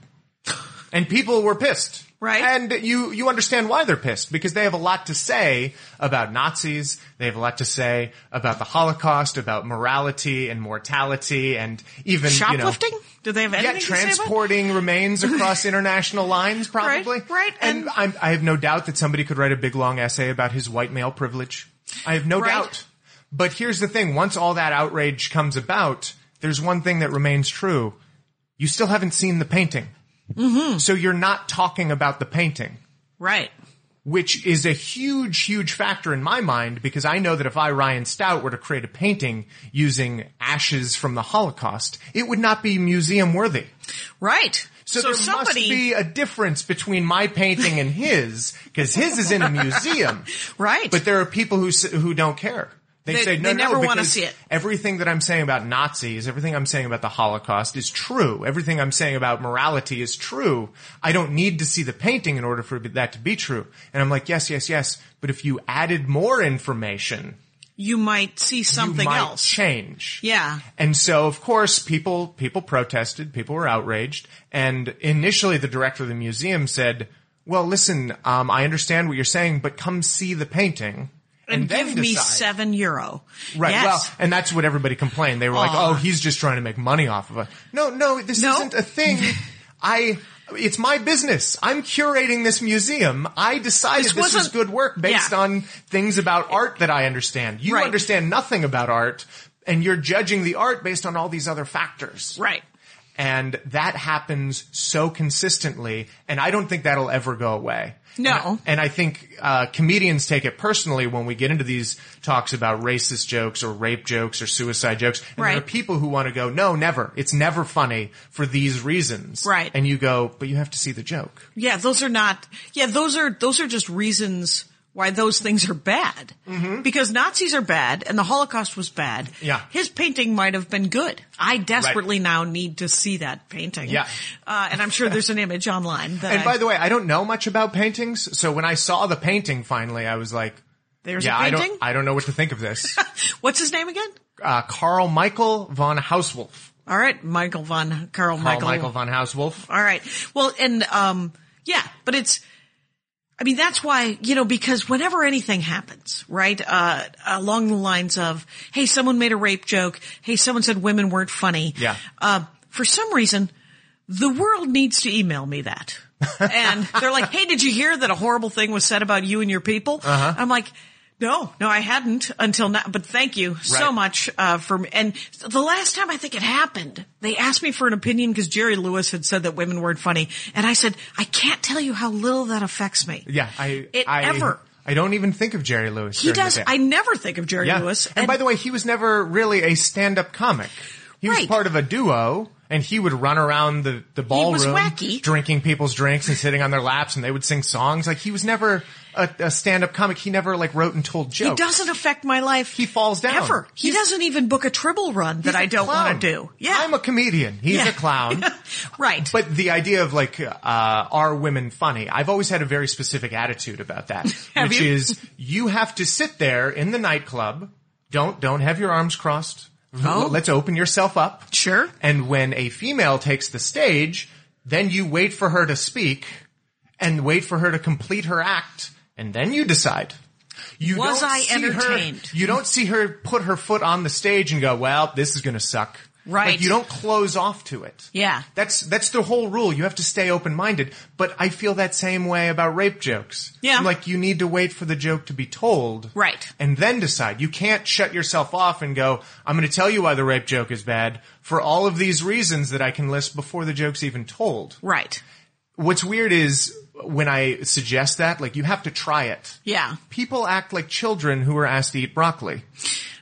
S2: And people were pissed.
S1: Right.
S2: And you, you understand why they're pissed because they have a lot to say about Nazis. They have a lot to say about the Holocaust, about morality and mortality and even,
S1: Shoplifting?
S2: you know,
S1: Did they have anything
S2: yeah,
S1: to say about-
S2: transporting remains across international lines, probably.
S1: Right, right,
S2: And,
S1: and-
S2: I'm, I have no doubt that somebody could write a big long essay about his white male privilege. I have no
S1: Right.
S2: doubt. But here's the thing: once all that outrage comes about, there's one thing that remains true: you still haven't seen the painting,
S1: Mm-hmm.
S2: so you're not talking about the painting
S1: Right.
S2: which is a huge, huge factor in my mind because I know that if I, Ryan Stout, were to create a painting using ashes from the Holocaust, it would not be museum worthy.
S1: Right.
S2: So, there must
S1: somebody
S2: be a difference between my painting and his because his is in a museum.
S1: right.
S2: But there are people who s- who don't care. They,
S1: They-
S2: say no,
S1: they
S2: no,
S1: never wanna
S2: because
S1: see it."
S2: Everything that I'm saying about Nazis, everything I'm saying about the Holocaust is true. Everything I'm saying about morality is true. I don't need to see the painting in order for that to be true. And I'm like, yes, yes, yes. But if you added more information,
S1: you might see something
S2: you might
S1: else.
S2: change.
S1: Yeah.
S2: And so, of course, people people protested, people were outraged, and initially, the director of the museum said, "Well, listen, um, I understand what you're saying, but come see the painting."
S1: And,
S2: then
S1: give me
S2: decide."
S1: seven euro.
S2: Right.
S1: Yes.
S2: Well, and that's what everybody complained. They were like,
S1: Aw.
S2: "Oh, he's just trying to make money off of us." No, no, this
S1: No.
S2: isn't a thing. I. It's my business. I'm curating this museum. I decided
S1: This
S2: this, was
S1: wasn't-
S2: good work based
S1: Yeah.
S2: on things about art that I understand. You
S1: Right.
S2: understand nothing about art, and you're judging the art based on all these other factors.
S1: right.
S2: And that happens so consistently, and I don't think that'll ever go away.
S1: No.
S2: And I think uh, comedians take it personally when we get into these talks about racist jokes or rape jokes or suicide jokes. And
S1: Right.
S2: there are people who want to go, no, never. It's never funny for these reasons.
S1: Right.
S2: And you go, but you have to see the joke.
S1: Yeah, those are not. Yeah, those are those are just reasons why those things are bad. Mm-hmm. Because Nazis are bad, and the Holocaust was bad.
S2: Yeah.
S1: his painting might have been good. I desperately now need to see that painting.
S2: Yeah.
S1: uh, and I'm sure there's an image online. That
S2: And by
S1: I-
S2: the way, I don't know much about paintings, so when I saw the painting finally, I was like,
S1: there's
S2: yeah,
S1: a
S2: I
S1: painting.
S2: don't, I don't know what to think of this.
S1: What's his name again?
S2: uh, Carl Michael von Hauswolf.
S1: All right, Michael von Carl
S2: Carl
S1: Michael.
S2: Michael von Hauswolf.
S1: All right. Well, and um, yeah, but it's. I mean, that's why you know because whenever anything happens, right, uh, along the lines of, hey, someone made a rape joke, hey, someone said women weren't funny.
S2: Yeah.
S1: Uh, for some reason, the world needs to email me that, and they're like, hey, did you hear that a horrible thing was said about you and your people? Uh-huh. I'm like. No, no, I hadn't until now, but thank you so
S2: Right.
S1: much, uh, for, and the last time I think it happened, they asked me for an opinion because Jerry Lewis had said that women weren't funny. And I said, I can't tell you how little that affects me.
S2: Yeah, I
S1: It
S2: I,
S1: ever.
S2: I don't even think of Jerry Lewis.
S1: He
S2: during the
S1: does.
S2: day.
S1: I never think of Jerry
S2: yeah.
S1: Lewis.
S2: And, by the way, he was never really a stand-up comic. He was
S1: Right.
S2: part of a duo, and he would run around the the
S1: was
S2: ballroom,
S1: wacky.
S2: drinking people's drinks and sitting on their laps, and they would sing songs. Like he was never a, a stand-up comic. He never like wrote and told
S1: he
S2: jokes.
S1: doesn't affect my life.
S2: He falls down.
S1: Ever. He doesn't even book a triple run that I don't want to do. Yeah.
S2: I'm a comedian. He's
S1: Yeah.
S2: a clown.
S1: right.
S2: But the idea of like, uh, are women funny? I've always had a very specific attitude about that,
S1: Have
S2: which
S1: you?
S2: is you have to sit there in the nightclub. Don't, don't have your arms crossed.
S1: Oh.
S2: Let's open yourself up.
S1: Sure.
S2: And when a female takes the stage, then you wait for her to speak and wait for her to complete her act. And then you decide. You
S1: Was
S2: don't
S1: I
S2: see her-
S1: entertained?
S2: you don't see her put her foot on the stage and go, well, this is going to suck.
S1: Right.
S2: Like you don't close off to it.
S1: Yeah.
S2: That's that's the whole rule. You have to stay open minded. But I feel that same way about rape jokes.
S1: Yeah.
S2: I'm like you need to wait for the joke to be told.
S1: Right.
S2: And then decide. You can't shut yourself off and go, I'm gonna tell you why the rape joke is bad for all of these reasons that I can list before the joke's even told.
S1: right.
S2: What's weird is when I suggest that, like you have to try it.
S1: Yeah.
S2: People act like children who are asked to eat broccoli.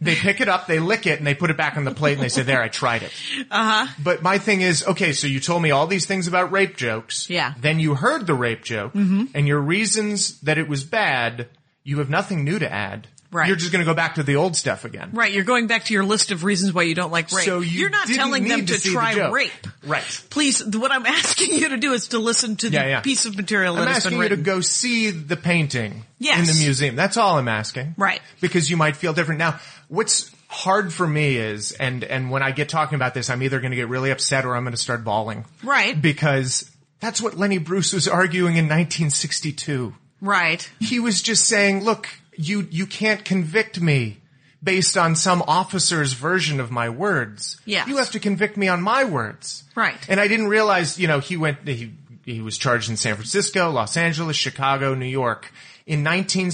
S2: They pick it up, they lick it, and they put it back on the plate and they say, there, I tried it.
S1: Uh-huh.
S2: Uh huh. But my thing is, okay, so you told me all these things about rape jokes.
S1: Yeah. Mm-hmm.
S2: Then you heard the rape joke and your reasons that it was bad, you have nothing new to add.
S1: Right.
S2: You're just going to go back to the old stuff again.
S1: Right. You're going back to your list of reasons why you don't like rape.
S2: So you
S1: are not
S2: didn't
S1: telling them
S2: need
S1: to,
S2: to see the
S1: try
S2: joke.
S1: rape.
S2: Right.
S1: Please, th- what I'm asking you to do is to listen to the
S2: Yeah, yeah.
S1: piece of material
S2: I'm
S1: that has been
S2: asking you to
S1: written.
S2: go see the painting
S1: Yes.
S2: in the museum. That's all I'm asking.
S1: Right.
S2: Because you might feel different. Now, what's hard for me is, and, and when I get talking about this, I'm either going to get really upset or I'm going to start bawling.
S1: Right.
S2: Because that's what Lenny Bruce was arguing in 1962.
S1: right.
S2: He was just saying, look, you, you can't convict me based on some officer's version of my words.
S1: Yes.
S2: You have to convict me on my words.
S1: Right.
S2: And I didn't realize, you know, he went, he, he was charged in San Francisco, Los Angeles, Chicago, New York. In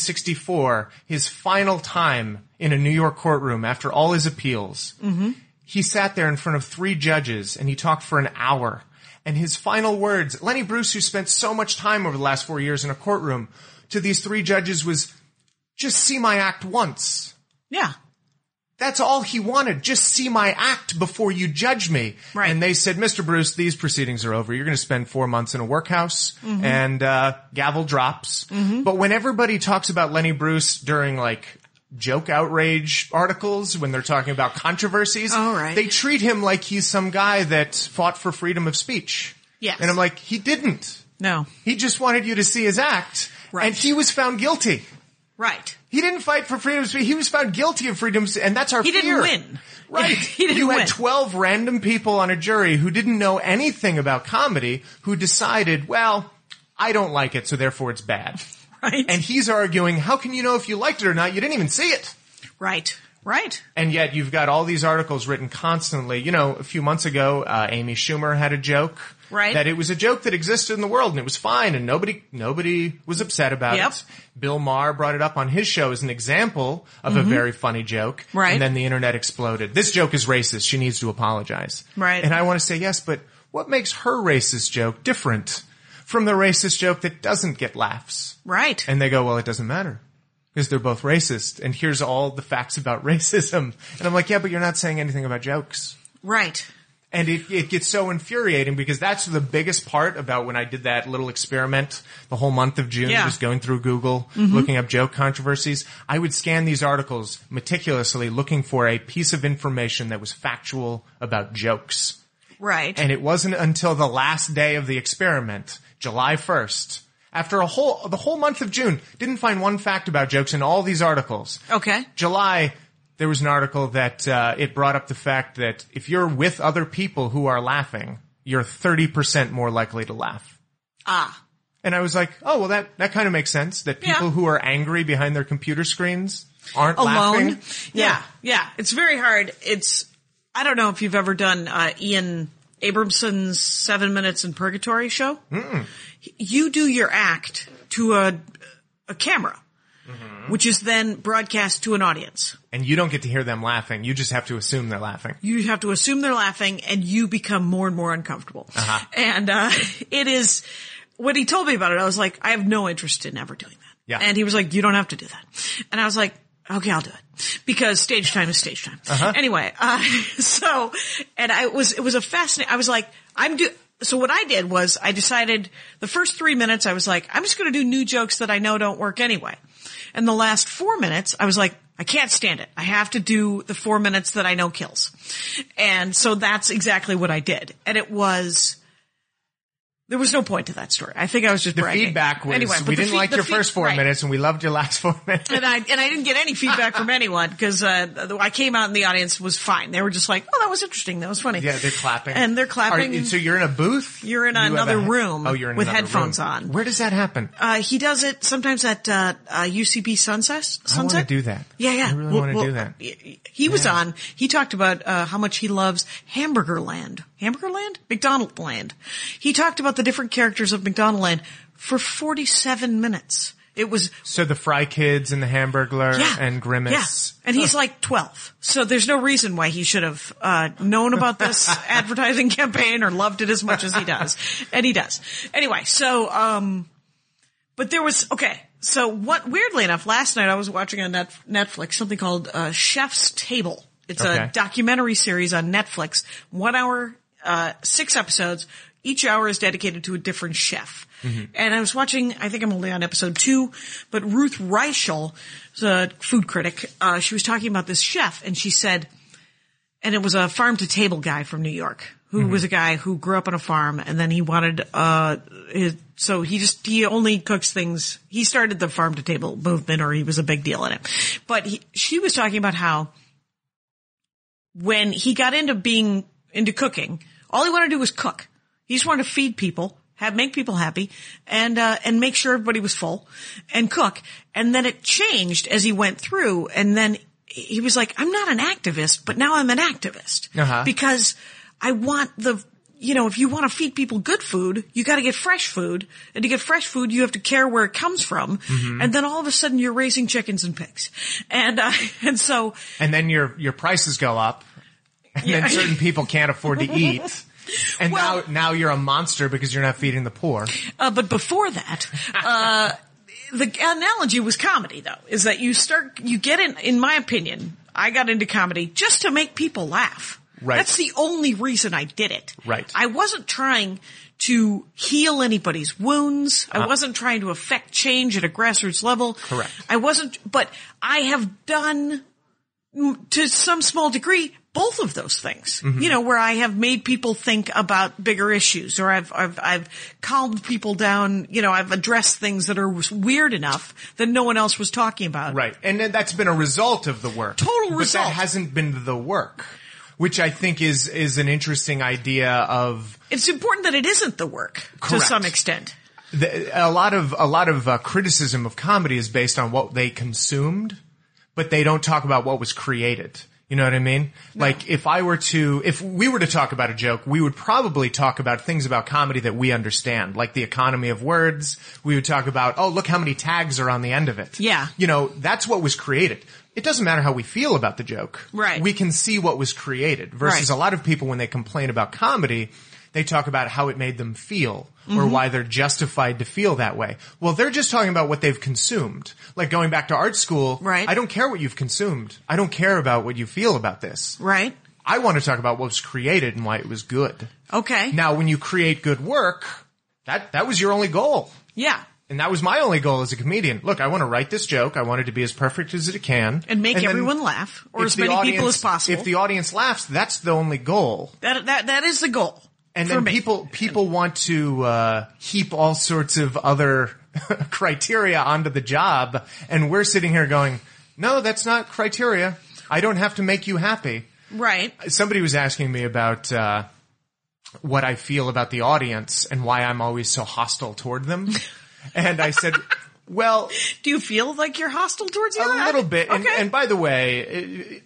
S2: 1964, his final time in a New York courtroom after all his appeals, he sat there in front of three judges and he talked for an hour. And his final words, Lenny Bruce, who spent so much time over the last four years in a courtroom, to these three judges was, just see my act once.
S1: Yeah.
S2: That's all he wanted. Just see my act before you judge me.
S1: Right.
S2: And they said, Mr. Bruce, these proceedings are over. You're going to spend four months in a workhouse
S1: Mm-hmm.
S2: and, uh, gavel drops. But when everybody talks about Lenny Bruce during like, Joke outrage articles when they're talking about controversies.
S1: All right.
S2: They treat him like he's some guy that fought for freedom of speech.
S1: Yes.
S2: And I'm like, he didn't.
S1: No.
S2: He just wanted you to see his act.
S1: Right.
S2: And he was found guilty.
S1: Right.
S2: He didn't fight for freedom of speech. He was found guilty of freedom, of speech, and that's our
S1: He didn't
S2: fear.
S1: win.
S2: Right.
S1: He didn't
S2: you
S1: win.
S2: had 12 random people on a jury who didn't know anything about comedy who decided, well, I don't like it, so therefore it's bad.
S1: Right.
S2: And he's arguing, how can you know if you liked it or not? You didn't even see it.
S1: right. Right.
S2: And yet you've got all these articles written constantly. You know, a few months ago, uh, Amy Schumer had a joke.
S1: Right.
S2: That it was a joke that existed in the world and it was fine and nobody, nobody was upset about
S1: Yep.
S2: it. Bill Maher brought it up on his show as an example of a very funny joke.
S1: Mm-hmm. Right.
S2: And then the internet exploded. This joke is racist. She needs to apologize.
S1: Right.
S2: And I want to say yes, but what makes her racist joke different from the racist joke that doesn't get laughs?
S1: Right.
S2: And they go, well, it doesn't matter because they're both racist. And here's all the facts about racism. And I'm like, yeah, but you're not saying anything about jokes.
S1: right.
S2: And it, it gets so infuriating because that's the biggest part about when I did that little experiment the whole month of June,
S1: Yeah.
S2: just going through Google, looking up joke controversies. I would scan these articles meticulously looking for a piece of information that was factual about jokes.
S1: Right.
S2: And it wasn't until the last day of the experiment, July 1st, after a whole, the whole month of June, didn't find one fact about jokes in all these articles.
S1: Okay.
S2: July, there was an article that, uh, it brought up the fact that if you're with other people who are laughing, you're 30% more likely to laugh.
S1: ah.
S2: And I was like, oh, well, that, that kind of makes sense that people
S1: Yeah.
S2: who are angry behind their computer screens aren't
S1: Alone.
S2: laughing.
S1: Yeah. Yeah. It's very hard. It's, I don't know if you've ever done, uh, Ian Abramson's seven minutes in purgatory show. H- You do your act to a, a camera,
S2: Mm-hmm.
S1: which is then broadcast to an audience.
S2: And you don't get to hear them laughing. You just have to assume they're laughing.
S1: you have to assume they're laughing and you become more and more uncomfortable.
S2: Uh-huh.
S1: And, uh, it is, when he told me about it, I was like, I have no interest in ever doing that.
S2: Yeah.
S1: And he was like, you don't have to do that. And I was like, okay, I'll do it because stage time is stage time.
S2: Uh-huh.
S1: Anyway, uh, so, and I was, it was a fascinating, I was like, I'm do, so what I did was I decided the first three minutes, I was like, I'm just going to do new jokes that I know don't work anyway. And the last four minutes, I was like, I can't stand it. I have to do the four minutes that I know kills. And so that's exactly what I did. And it was, there was no point to that story. I think I was just
S2: The
S1: bragging.
S2: feedback was
S1: Anyway, but
S2: we
S1: the
S2: didn't
S1: fe-
S2: like
S1: the
S2: your
S1: fe-
S2: first four
S1: right.
S2: minutes and we loved your last four minutes.
S1: And I, and I didn't get any feedback from anyone because uh, I came out and the audience was fine. They were just like, oh, that was interesting. That was funny.
S2: Yeah, they're clapping.
S1: And they're clapping.
S2: Are- so you're in a booth?
S1: You're in
S2: You have
S1: another
S2: a-
S1: room
S2: Oh, you're in
S1: with
S2: another
S1: headphones
S2: room.
S1: on.
S2: Where does that happen?
S1: Uh, he does it sometimes at uh, uh, UCB Sunset.
S2: I want to
S1: Sunset.
S2: do that.
S1: Yeah, yeah.
S2: I really
S1: Well-
S2: want to
S1: well,
S2: do that.
S1: He he was on. He talked about uh, how much he loves Hamburger Land. Hamburger Land? McDonald Land. He talked about the different characters of McDonald Land for 47 minutes. It was
S2: So the Fry Kids and the Hamburglar
S1: yeah,
S2: and Grimace.
S1: Yeah. And he's like 12. So there's no reason why he should have uh, known about this advertising campaign or loved it as much as he does. And he does. Anyway, so um but there was okay. So what weirdly enough last night I was watching on Net- Netflix something called uh, Chef's Table. It's a
S2: Okay.
S1: documentary series on Netflix. 1 hour uh 6 episodes. Each hour is dedicated to a different chef. And I was watching, I think I'm only on episode two, but Ruth Reichel, is a food critic, uh, she was talking about this chef and she said, and it was a farm to table guy from New York who was a guy who grew up on a farm and then he wanted, uh, his, so he just, he only cooks things. He started the farm to table movement or he was a big deal in it. But he, she was talking about how when he got into being into cooking, all he wanted to do was cook. He just wanted to feed people, have make people happy, and uh, and make sure everybody was full, and cook. And then it changed as he went through, and then he was like, "I'm not an activist, but now I'm an activist
S2: Uh-huh.
S1: because I want the." You know, if you want to feed people good food, you got to get fresh food. And to get fresh food, you have to care where it comes from. And then all of a sudden you're raising chickens and pigs. And, uh, and so
S2: And then your your prices go up. And
S1: Yeah.
S2: then certain people can't afford to eat. And
S1: Well-
S2: now now you're a monster because you're not feeding the poor.
S1: Uh, but before that, uh, the analogy was comedy though, is that you start, you get in, in my opinion, I got into comedy just to make people laugh.
S2: Right.
S1: That's the only reason I did it.
S2: Right.
S1: I wasn't trying to heal anybody's wounds. I wasn't trying to affect change at a grassroots level.
S2: Uh-huh. Correct.
S1: I wasn't, but I have done to some small degree both of those things.
S2: Mm-hmm.
S1: You know, where I have made people think about bigger issues or I've, I've, I've calmed people down. You know, I've addressed things that are weird enough that no one else was talking about.
S2: Right. And then that's been a result of the work.
S1: Total
S2: But
S1: result.
S2: that hasn't been the work, which I think is, is an interesting idea of
S1: It's important that it isn't the work
S2: Correct.
S1: to some extent.
S2: the, a lot of, a lot of uh, criticism of comedy is based on what they consumed, but they don't talk about what was created. You know what I mean? Like if I were to, if we were to talk about a joke, we would probably talk about things about comedy that we understand, like the economy of words. We would talk about, oh, look how many tags are on the end of it.
S1: Yeah.
S2: You know, that's what was created. It doesn't matter how we feel about the joke.
S1: Right.
S2: We can see what was created versus
S1: Right.
S2: a lot of people when they complain about comedy, they talk about how it made them feel
S1: Mm-hmm.
S2: or why they're justified to feel that way. Well, they're just talking about what they've consumed. Like going back to art school,
S1: Right.
S2: I don't care what you've consumed. I don't care about what you feel about this.
S1: Right.
S2: I want to talk about what was created and why it was good.
S1: Okay.
S2: Now, when you create good work, that that was your only goal.
S1: yeah.
S2: And that was my only goal as a comedian. Look, I want to write this joke. I want it to be as perfect as it can.
S1: And make
S2: then
S1: everyone laugh or
S2: if
S1: as
S2: the
S1: many people
S2: audience-
S1: as possible.
S2: If the audience laughs, that's the only goal.
S1: that, that, that is the goal.
S2: And
S1: for
S2: then
S1: me.
S2: people, people want to, uh, heap all sorts of other criteria onto the job. And we're sitting here going, no, that's not criteria. I don't have to make you happy
S1: Right.
S2: somebody was asking me about uh, what I feel about the audience and why I'm always so hostile toward them, and I said, "Well,
S1: Do you feel like you're hostile towards you?
S2: a little bit." And,
S1: Okay.
S2: and by the way,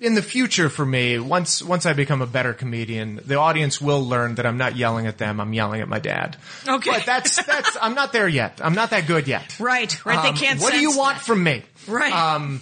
S2: i- in the future for me, once once I become a better comedian, the audience will learn that I'm not yelling at them; I'm yelling at my dad.
S1: Okay.
S2: but that's that's I'm not there yet. I'm not that good yet.
S1: right. Right.
S2: Um,
S1: they can't
S2: What do you
S1: sense
S2: want
S1: that.
S2: from me?
S1: Right.
S2: Um,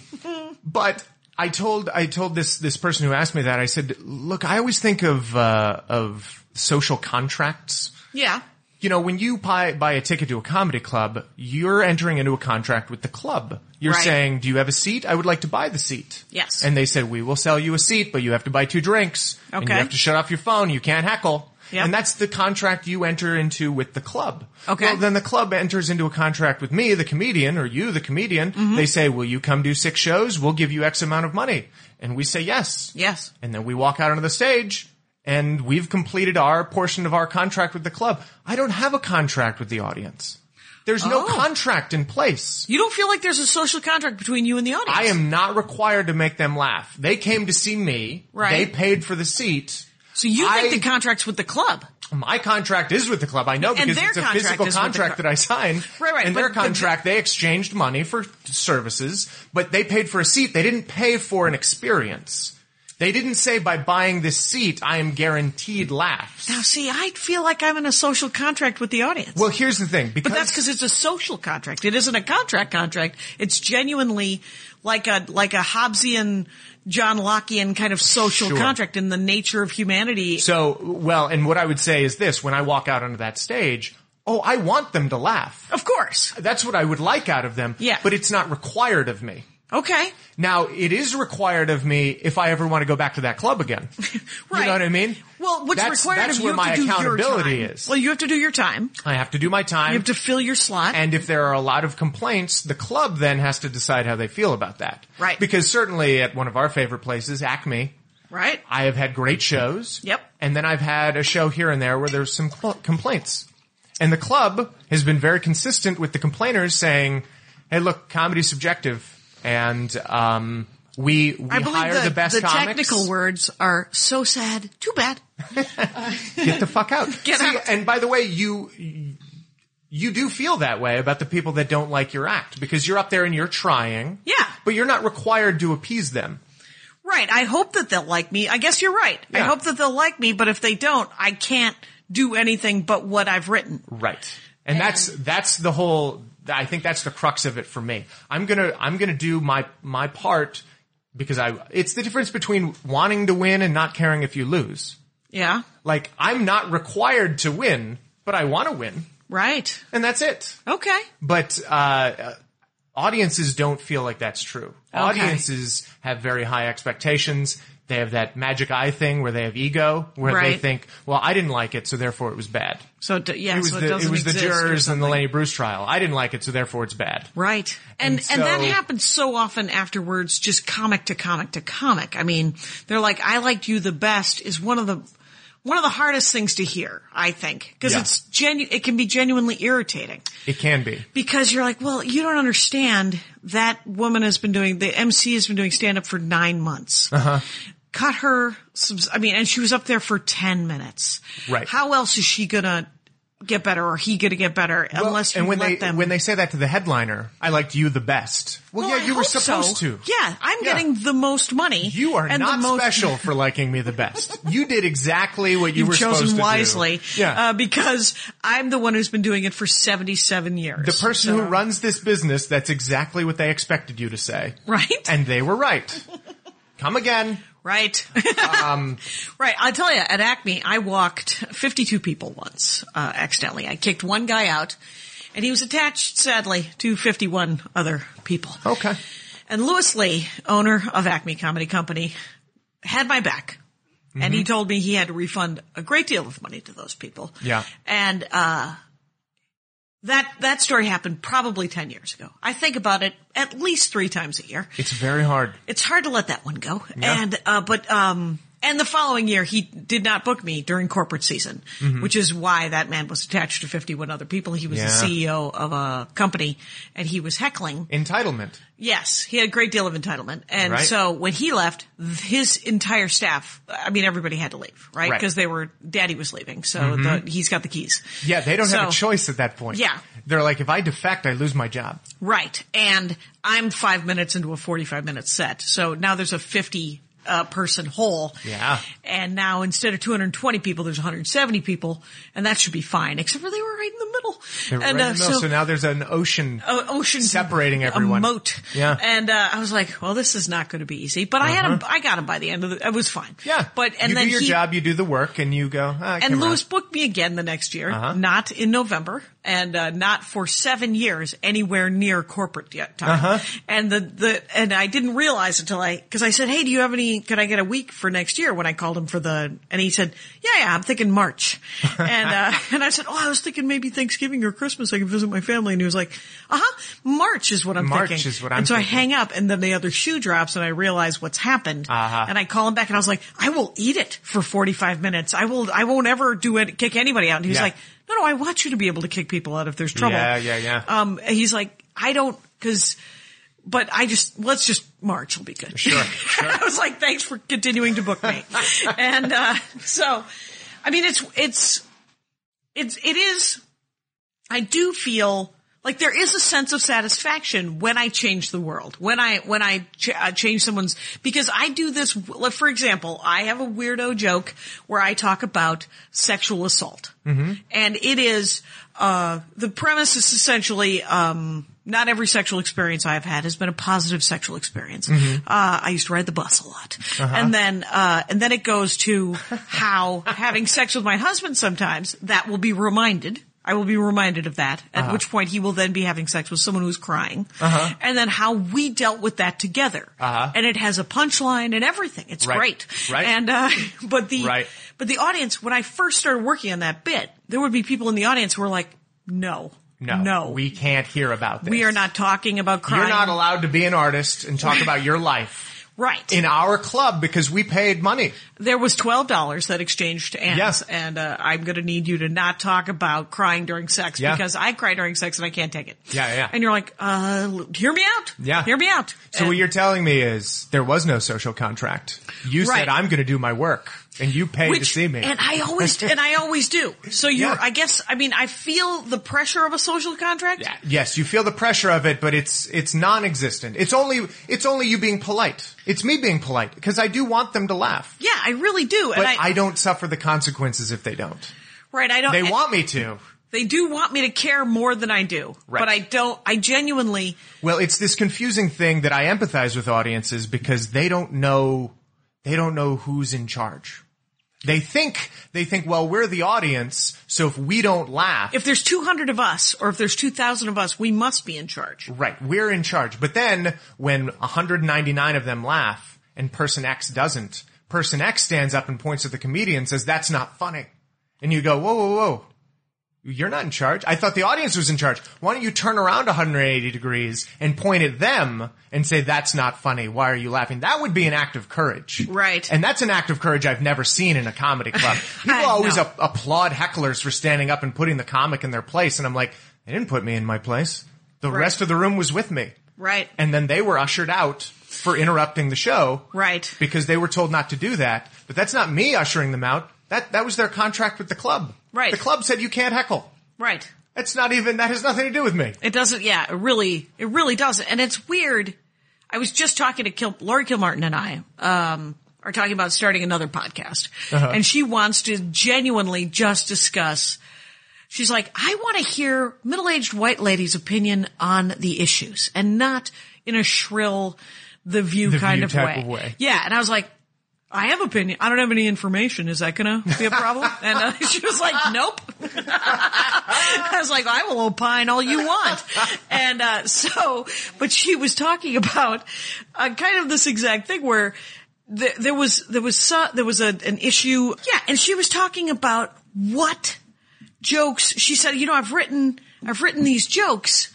S2: but I told I told this this person who asked me that. I said, look, I always think of uh, of social contracts.
S1: yeah.
S2: You know, when you buy, buy a ticket to a comedy club, you're entering into a contract with the club. You're
S1: Right.
S2: saying, do you have a seat? I would like to buy the seat.
S1: Yes.
S2: And they said, we will sell you a seat, but you have to buy two drinks. And you
S1: Okay.
S2: have to shut off your phone. You can't heckle.
S1: Yep.
S2: And that's the contract you enter into with the club.
S1: Okay.
S2: Well, then the club enters into a contract with me, the comedian, or you, the comedian.
S1: Mm-hmm.
S2: They say, will you come do six shows? We'll give you X amount of money. And we say yes.
S1: Yes.
S2: And then we walk out onto the stage and we've completed our portion of our contract with the club. I don't have a contract with the audience. There's no
S1: Oh.
S2: contract in place.
S1: You don't feel like there's a social contract between you and the audience.
S2: I am not required to make them laugh. They came to see me.
S1: Right.
S2: They paid for the seat.
S1: So you think
S2: I-
S1: the contract's with the club.
S2: My contract is with the club. I know
S1: And
S2: because
S1: their
S2: it's a
S1: contract
S2: physical
S1: is with the
S2: contract
S1: club.
S2: that I signed.
S1: Right, right,
S2: And
S1: but-
S2: their
S1: but-
S2: contract, they exchanged money for services, but they paid for a seat. They didn't pay for an experience. They didn't say by buying this seat, I am guaranteed laughs.
S1: Now, see, I feel like I'm in a social contract with the audience.
S2: Well, here's the thing. Because
S1: but that's because it's a social contract. It isn't a contract contract. It's genuinely like a like a Hobbesian, John Lockean kind of social
S2: Sure.
S1: contract in the nature of humanity.
S2: so well. And what I would say is this: when I walk out onto that stage, oh, I want them to laugh.
S1: of course.
S2: That's what I would like out of them.
S1: Yeah.
S2: But it's not required of me.
S1: Okay.
S2: Now it is required of me if I ever want to go back to that club again. You
S1: Right.
S2: know what I mean?
S1: Well, what's
S2: That's-
S1: required
S2: that's
S1: of you
S2: where
S1: you
S2: my
S1: have to do
S2: accountability
S1: your time.
S2: is.
S1: Well, you have to do your time.
S2: I have to do my time.
S1: You have to fill your slot.
S2: And if there are a lot of complaints, the club then has to decide how they feel about that.
S1: Right.
S2: Because certainly at one of our favorite places, Acme,
S1: right.
S2: I have had great shows.
S1: Yep.
S2: And then I've had a show here and there where there's some cl- complaints. And the club has been very consistent with the complainers saying, hey, look, comedy's subjective. And, um, we, we
S1: I believe
S2: hire the, best comics.
S1: technical words are so sad. Too bad.
S2: Get the fuck out.
S1: Get
S2: See,
S1: out.
S2: And by the way, you, you do feel that way about the people that don't like your act because you're up there and you're trying.
S1: Yeah.
S2: But you're not required to appease them.
S1: Right. I hope that they'll like me. I guess you're right. I
S2: Yeah.
S1: hope that they'll like me, but if they don't, I can't do anything but what I've written.
S2: Right. And, that's that's the whole I think that's the crux of it for me. I'm going to I'm going to do my my part because I it's the difference between wanting to win and not caring if you lose.
S1: Yeah.
S2: Like I'm not required to win, but I want to win
S1: Right.
S2: and that's it.
S1: Okay.
S2: But uh, uh audiences don't feel like that's true. Audiences have very high expectations. They have that magic eye thing where they have ego, where they
S1: Right.
S2: think, well, I didn't like it, so therefore it was bad.
S1: So it, do- yeah,
S2: It was
S1: so it
S2: the,
S1: doesn't
S2: was the
S1: exist or
S2: jurors in the
S1: something.
S2: Lenny Bruce trial. I didn't like it, so therefore it's bad.
S1: Right. And,
S2: And
S1: and that
S2: so-
S1: happens so often afterwards, just comic to comic to comic. I mean, they're like, I liked you the best is one of the, one of the hardest things to hear, I think, because
S2: Yeah.
S1: it's genu, it can be genuinely irritating
S2: It can be.
S1: because you're like, well, you don't understand that woman has been doing, the MC has been doing stand up for nine months.
S2: Uh-huh.
S1: Cut her, subs- I mean, and she was up there for 10 minutes.
S2: Right.
S1: How else is she gonna get better or he gonna get better
S2: Well,
S1: unless you
S2: and when
S1: let
S2: they
S1: them?
S2: when they say that to the headliner, I liked you the best. Well,
S1: Well,
S2: yeah,
S1: I
S2: you were
S1: hope so.
S2: supposed to.
S1: Yeah, I'm
S2: Yeah.
S1: getting the most money.
S2: You are
S1: and the
S2: not
S1: most-
S2: special for liking me the best. You did exactly what you
S1: You've
S2: were supposed to
S1: chosen
S2: do.
S1: wisely,
S2: Yeah.
S1: uh, because I'm the one who's been doing it for 77 years.
S2: the person who runs this business, that's exactly what they expected you to say.
S1: Right.
S2: And they were right. Come again.
S1: right?
S2: Um,
S1: right. I'll tell you, at Acme, I walked 52 people once, uh, accidentally. I kicked one guy out, and he was attached, sadly, to 51 other people.
S2: Okay.
S1: And Lewis Lee, owner of Acme Comedy Company, had my back. And
S2: Mm-hmm.
S1: he told me he had to refund a great deal of money to those people.
S2: Yeah.
S1: And, uh, that, that story happened probably 10 years ago. I think about it at least three times a year
S2: It's very hard.
S1: it's hard to let that one go. And uh, but um, and the following year he did not book me during corporate season, which is why that man was attached to 51 other people. He was
S2: Mm-hmm. Yeah.
S1: the CEO of a company and he was heckling.
S2: Entitlement.
S1: Yes, he had a great deal of entitlement. And
S2: Right.
S1: so when he left, th- his entire staff, I mean everybody had to leave, right?
S2: Right. Mm-hmm.
S1: Because they were daddy was leaving. So the, he's got the keys.
S2: Yeah, they don't have a
S1: So-
S2: choice at that point.
S1: Yeah.
S2: They're like, if I defect, I lose my job.
S1: Right. And I'm five minutes into a 45 minute set. So now there's a 50 uh, person hole.
S2: Yeah.
S1: And now instead of 220 people, there's 170 people and that should be fine, except for they were right in the middle.
S2: They're
S1: and, uh,
S2: right in the middle.
S1: so- Oh,
S2: So, now there's an ocean.
S1: o- ocean
S2: separating everyone.
S1: a moat.
S2: Yeah. Uh-huh.
S1: and uh, I was like, "Well, this is not going to be easy." But I had him. I got him by the end of the. It was fine.
S2: yeah.
S1: but and
S2: you
S1: then
S2: do your
S1: he,
S2: job, you do the work, and you go, ah, I
S1: and
S2: came around.
S1: Lewis booked me again the next year,
S2: Uh-huh.
S1: not in November, and uh, not for seven years anywhere near corporate yet time.
S2: Uh-huh.
S1: And the the and I didn't realize until I because I said, "Hey, do you have any? Could I get a week for next year?" When I called him for the and he said, "Yeah, yeah, I'm thinking March," and uh, and I said, "Oh, I was thinking maybe Thanksgiving or Christmas I could visit my family," and he was like, "Uh huh, March is what I'm
S2: March
S1: thinking."
S2: is what I'm
S1: and so I
S2: thinking.
S1: hang up, and then the other shoe drops, and I realize what's happened,
S2: Uh-huh.
S1: and I call him back and I was like, I will eat it for 45 minutes. I will, I won't ever do it, kick anybody out. And he was
S2: Yeah.
S1: like, no, no, I want you to be able to kick people out if there's trouble.
S2: Yeah, yeah, yeah.
S1: Um, he's like, I don't, cause, but I just, let's just march. It'll be good.
S2: Sure, sure.
S1: I was like, thanks for continuing to book me. and, uh, so, I mean, it's, it's, it's, it is, I do feel like there is a sense of satisfaction when I change the world, when I, when I ch- uh, change someone's, because I do this, like, for example, I have a weirdo joke where I talk about sexual assault.
S2: Mm-hmm.
S1: And it is, uh, the premise is essentially, um, not every sexual experience I've had has been a positive sexual experience.
S2: Mm-hmm.
S1: Uh, I used to ride the bus a lot.
S2: Uh-huh.
S1: And then, uh, and then it goes to how having sex with my husband sometimes, that will be reminded. I will be reminded of that,
S2: Uh-huh.
S1: at which point he will then be having sex with someone who's crying. And then how we dealt with that together. And it has a punchline and everything. It's
S2: Uh-huh. Right.
S1: great.
S2: Right.
S1: And, uh, but the,
S2: Right.
S1: but the audience, when I first started working on that bit, there would be people in the audience who were like, no,
S2: no,
S1: no,
S2: we can't hear about this.
S1: we are not talking about crime.
S2: You're not allowed to be an artist and talk about your life
S1: Right.
S2: in our club because we paid money.
S1: there was twelve dollars that exchanged to Anne's,
S2: Yes.
S1: and uh, I'm going to need you to not talk about crying during sex
S2: Yeah.
S1: because I cry during sex and I can't take it.
S2: Yeah, yeah.
S1: And you're like, uh, l- hear me out.
S2: Yeah.
S1: hear me out.
S2: So
S1: And-
S2: what you're telling me is there was no social contract. You said
S1: Right.
S2: I'm going to do my work, and you paid to see me.
S1: And I always and I always do. So you're
S2: Yeah.
S1: I guess I mean I feel the pressure of a social contract.
S2: Yeah, yes, you feel the pressure of it, but it's it's non-existent. It's only it's only you being polite. It's me being polite because I do want them to laugh,
S1: Yeah, I really do.
S2: but
S1: and
S2: I, don't suffer the consequences if they don't.
S1: right, I don't
S2: They
S1: and-
S2: want me to.
S1: they do want me to care more than I do.
S2: Right.
S1: But I don't I genuinely
S2: Well, it's this confusing thing that I empathize with audiences because they don't know they don't know who's in charge. They think they think well we're the audience, so if we don't laugh,
S1: if there's 200 of us or if there's 2000 of us, we must be in charge.
S2: right, we're in charge. But then when 199 of them laugh and person X doesn't, person X stands up and points at the comedian and says, that's not funny. And you go, whoa, whoa, whoa. You're not in charge. I thought the audience was in charge. Why don't you turn around 180 degrees and point at them and say, that's not funny. Why are you laughing? That would be an act of courage.
S1: Right.
S2: And that's an act of courage I've never seen in a comedy club. People
S1: I
S2: always
S1: know.
S2: up- applaud hecklers for standing up and putting the comic in their place. And I'm like, they didn't put me in my place. The rest of the room was with me.
S1: Right.
S2: And then they were ushered out for interrupting the show.
S1: Right.
S2: Because they were told not to do that. But that's not me ushering them out. That, that was their contract with the club.
S1: Right.
S2: The club said you can't heckle.
S1: right.
S2: That's not even, that has nothing to do with me.
S1: It doesn't. Yeah, it really, it really doesn't. And it's weird. I was just talking to Kil- Lori Kilmartin and I um, are talking about starting another podcast,
S2: Uh-huh.
S1: and she wants to genuinely just discuss. She's like, I want to hear middle-aged white ladies' opinion on the issues, and not in a shrill, the view
S2: The
S1: kind
S2: View
S1: of,
S2: type
S1: way.
S2: of way.
S1: Yeah, and I was like. I have opinion. I don't have any information. Is that going to be a problem? And uh, she was like, "Nope." I was like, I will opine all you want. And, uh, so, but she was talking about, uh, kind of this exact thing where there, there was, there was, so, there was a, an issue. Yeah. And she was talking about what jokes. She said, you know, I've written, I've written these jokes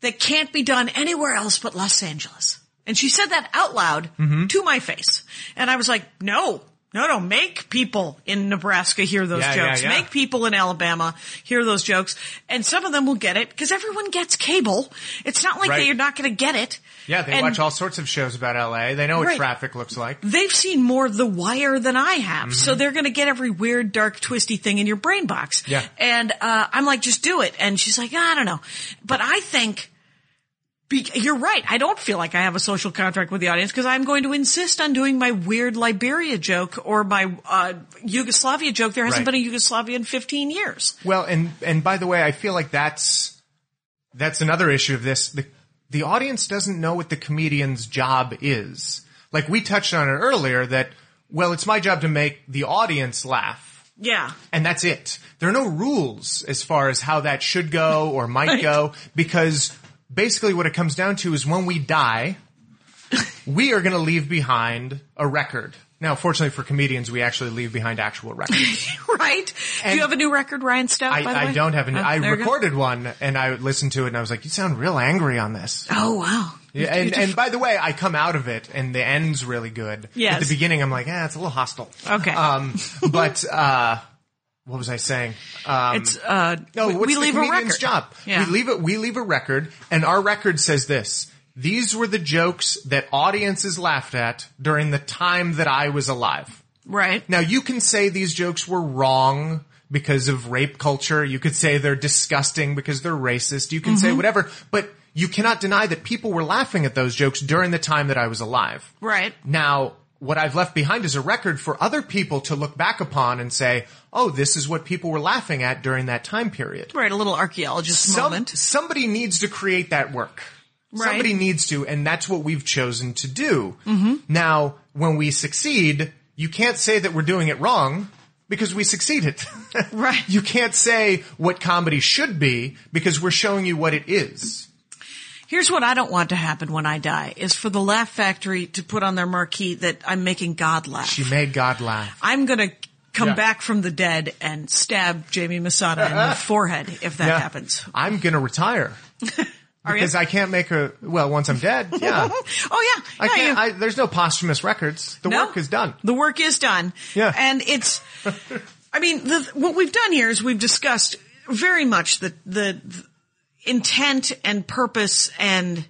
S1: that can't be done anywhere else but Los Angeles. And she said that out loud to my face. And I was like, no, no, no, make people in Nebraska hear those
S2: Yeah, yeah,
S1: jokes.
S2: yeah.
S1: Make people in Alabama hear those jokes. And some of them will get it because everyone gets cable. It's not like
S2: Right.
S1: they're not going to get it.
S2: Yeah, they
S1: And
S2: watch all sorts of shows about LA. They know what
S1: Right.
S2: traffic looks like.
S1: They've seen more of The Wire than I have.
S2: Mm-hmm.
S1: So they're going to get every weird, dark, twisty thing in your brain box.
S2: Yeah.
S1: And, uh, I'm like, just do it. And she's like, I don't know. But I think, be- you're right. I don't feel like I have a social contract with the audience because I'm going to insist on doing my weird Liberia joke or my uh, Yugoslavia joke. There hasn't
S2: Right.
S1: been a Yugoslavia in 15 years.
S2: Well, and and by the way, I feel like that's that's another issue of this. The the audience doesn't know what the comedian's job is. Like we touched on it earlier that well, it's my job to make the audience laugh.
S1: Yeah.
S2: And that's it. There are no rules as far as how that should go or might go because basically what it comes down to is when we die, we are going to leave behind a record. Now, fortunately for comedians, we actually leave behind actual records.
S1: right? Do you have a new record, Ryan Stout? by the
S2: I, I
S1: way?
S2: don't have an.
S1: Oh,
S2: I
S1: there you go.
S2: recorded one and I listened to it and I was like, "You sound real angry on this."
S1: Oh wow!
S2: Yeah, and, and by the way, I come out of it and the end's really good.
S1: Yes.
S2: At the beginning, I'm like, "Ah, it's a little hostile."
S1: Okay.
S2: Um, but uh, what was I saying? Um,
S1: it's uh,
S2: no,
S1: we,
S2: what's
S1: we
S2: the
S1: leave a
S2: comedian's
S1: record.
S2: job?
S1: Yeah.
S2: We leave it. We leave a record, and our record says this: These were the jokes that audiences laughed at during the time that I was alive.
S1: right.
S2: Now you can say these jokes were wrong because of rape culture. You could say they're disgusting because they're racist. You can say whatever, but you cannot deny that people were laughing at those jokes during the time that I was alive.
S1: Right.
S2: Now, what I've left behind is a record for other people to look back upon and say, oh, this is what people were laughing at during that time period.
S1: Right. A little archaeologist
S2: Some-
S1: moment.
S2: somebody needs to create that work.
S1: Right.
S2: Somebody needs to, and that's what we've chosen to do. Mm-hmm. Now, when we succeed, you can't say that we're doing it wrong because we succeeded.
S1: Right.
S2: You can't say what comedy should be because we're showing you what it is.
S1: Here's what I don't want to happen when I die is for the Laugh Factory to put on their marquee that I'm making God laugh.
S2: She made God laugh.
S1: I'm going to come
S2: Yeah.
S1: back from the dead and stab Jamie Masada in the forehead if that
S2: Yeah.
S1: happens.
S2: I'm gonna retire.
S1: Are you?
S2: Because I can't make a, well, once I'm dead,
S1: oh
S2: yeah.
S1: yeah.
S2: I
S1: Yeah,
S2: can't,
S1: you-
S2: I, there's no posthumous records. The
S1: No.
S2: work is done.
S1: The work is done.
S2: Yeah.
S1: And it's, I mean, the, what we've done here is we've discussed very much the, the, the intent and purpose and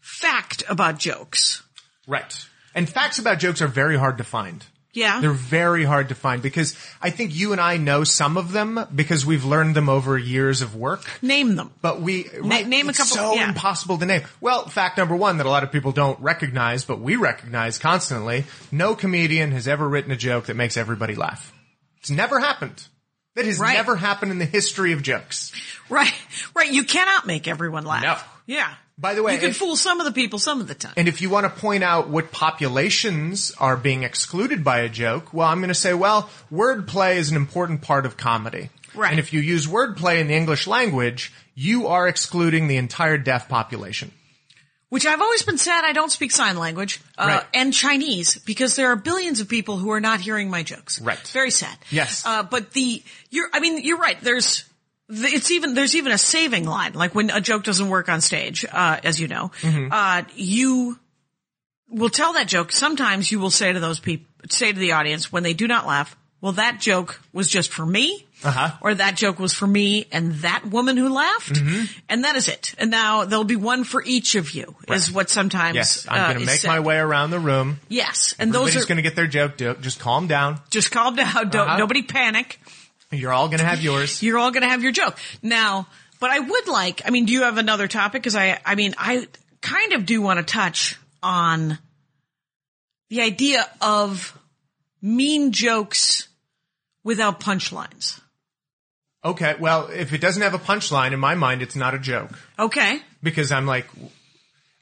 S1: fact about jokes.
S2: Right. And facts about jokes are very hard to find.
S1: Yeah.
S2: They're very hard to find because I think you and I know some of them because we've learned them over years of work.
S1: Name them.
S2: But we right,
S1: name a
S2: it's
S1: couple-
S2: So
S1: yeah.
S2: impossible to name. Well, fact number one that a lot of people don't recognize, but we recognize constantly: no comedian has ever written a joke that makes everybody laugh. It's never happened. That has
S1: Right.
S2: never happened in the history of jokes.
S1: Right. Right. You cannot make everyone laugh.
S2: No.
S1: Yeah.
S2: By the way,
S1: you can
S2: if-
S1: fool some of the people some of the time.
S2: And if you want to point out what populations are being excluded by a joke, well, I'm going to say, well, wordplay is an important part of comedy.
S1: Right.
S2: And if you use wordplay in the English language, you are excluding the entire deaf population.
S1: Which I've always been sad I don't speak sign language uh,
S2: Right.
S1: and Chinese because there are billions of people who are not hearing my jokes.
S2: Right.
S1: Very sad.
S2: Yes.
S1: Uh, but the you're I mean you're right. There's th- it's even there's even a saving line like when a joke doesn't work on stage, uh, as you know,
S2: Mm-hmm.
S1: uh, you will tell that joke. Sometimes you will say to those people, say to the audience when they do not laugh, well, that joke was just for me.
S2: Uh-huh.
S1: Or that joke was for me and that woman who laughed.
S2: Mm-hmm.
S1: And that is it. And now there'll be one for each of you is what sometimes,
S2: Yes, I'm
S1: uh,
S2: going
S1: is
S2: to make
S1: said.
S2: my way around the room.
S1: Yes. And
S2: Everybody's
S1: those are
S2: going to get their joke. Do- Just calm down.
S1: just calm down. Don't,
S2: Uh-huh.
S1: nobody panic.
S2: You're all going to have yours.
S1: You're all going to have your joke now, but I would like, I mean, do you have another topic? Cause I, I mean, I kind of do want to touch on the idea of mean jokes without punchlines.
S2: Okay, well, if it doesn't have a punchline, in my mind, it's not a joke.
S1: Okay.
S2: Because I'm like,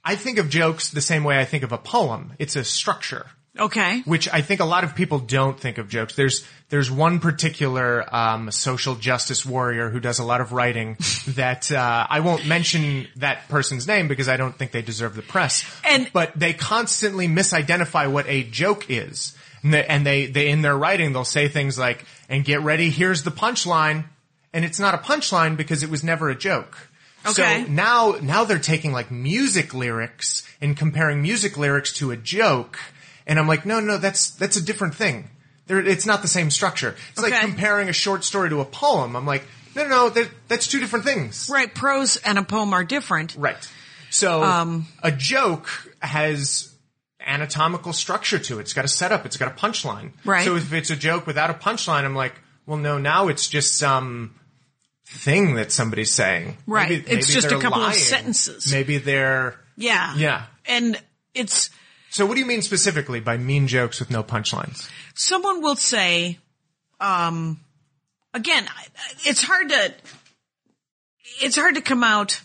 S2: I think of jokes the same way I think of a poem. It's a structure.
S1: Okay.
S2: Which I think a lot of people don't think of jokes. There's there's one particular um, social justice warrior who does a lot of writing that uh, I won't mention that person's name because I don't think they deserve the press.
S1: And-
S2: but they constantly misidentify what a joke is, and they, and they they in their writing they'll say things like "and get ready, here's the punchline," and it's not a punchline because it was never a joke.
S1: Okay.
S2: So now now they're taking like music lyrics and comparing music lyrics to a joke and I'm like no no that's that's a different thing. There it's not the same structure. It's
S1: Okay.
S2: like comparing a short story to a poem. I'm like no no, no that, that's two different things.
S1: Right. Prose and a poem are different.
S2: Right. So
S1: Um,
S2: a joke has anatomical structure to it. It's got a setup. It's got a punchline.
S1: Right.
S2: So if it's a joke without a punchline, I'm like, well, no. Now it's just some thing that somebody's saying.
S1: Right.
S2: Maybe-
S1: It's
S2: maybe
S1: just a
S2: they're
S1: couple of
S2: lying.
S1: sentences.
S2: Maybe they're.
S1: Yeah.
S2: Yeah.
S1: And it's
S2: So what do you mean specifically by mean jokes with no punchlines?
S1: someone will say, um, again, I- I- it's hard to, it's hard to come out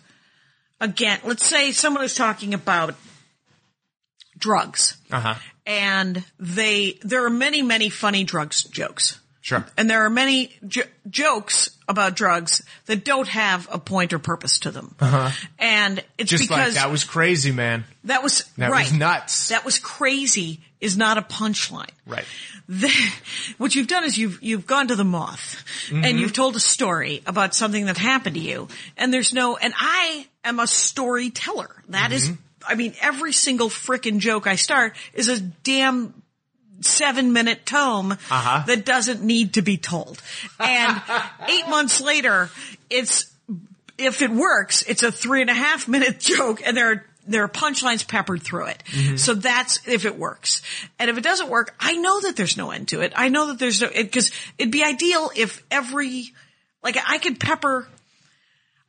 S1: again. Let's say someone is talking about drugs
S2: Uh huh.
S1: and they, there are many, many funny drugs jokes.
S2: Sure.
S1: And there are many jo- jokes about drugs that don't have a point or purpose to them. And it's
S2: Uh-huh. Just like
S1: because
S2: that was crazy, man.
S1: that was
S2: That
S1: right.
S2: was nuts.
S1: That was crazy is not a punchline.
S2: Right.
S1: The, what you've done is you've you've gone to the moth and you've told a story about something that happened to you and there's no and I am a storyteller. That is, I mean every single frickin' joke I start is a damn seven minute tome
S2: Uh-huh.
S1: that doesn't need to be told. And eight months later, it's, if it works, it's a three and a half minute joke and there are there are punchlines peppered through it.
S2: Mm-hmm.
S1: So that's if it works. And if it doesn't work, I know that there's no end to it. I know that there's no, it, cause it'd be ideal if every, like I could pepper,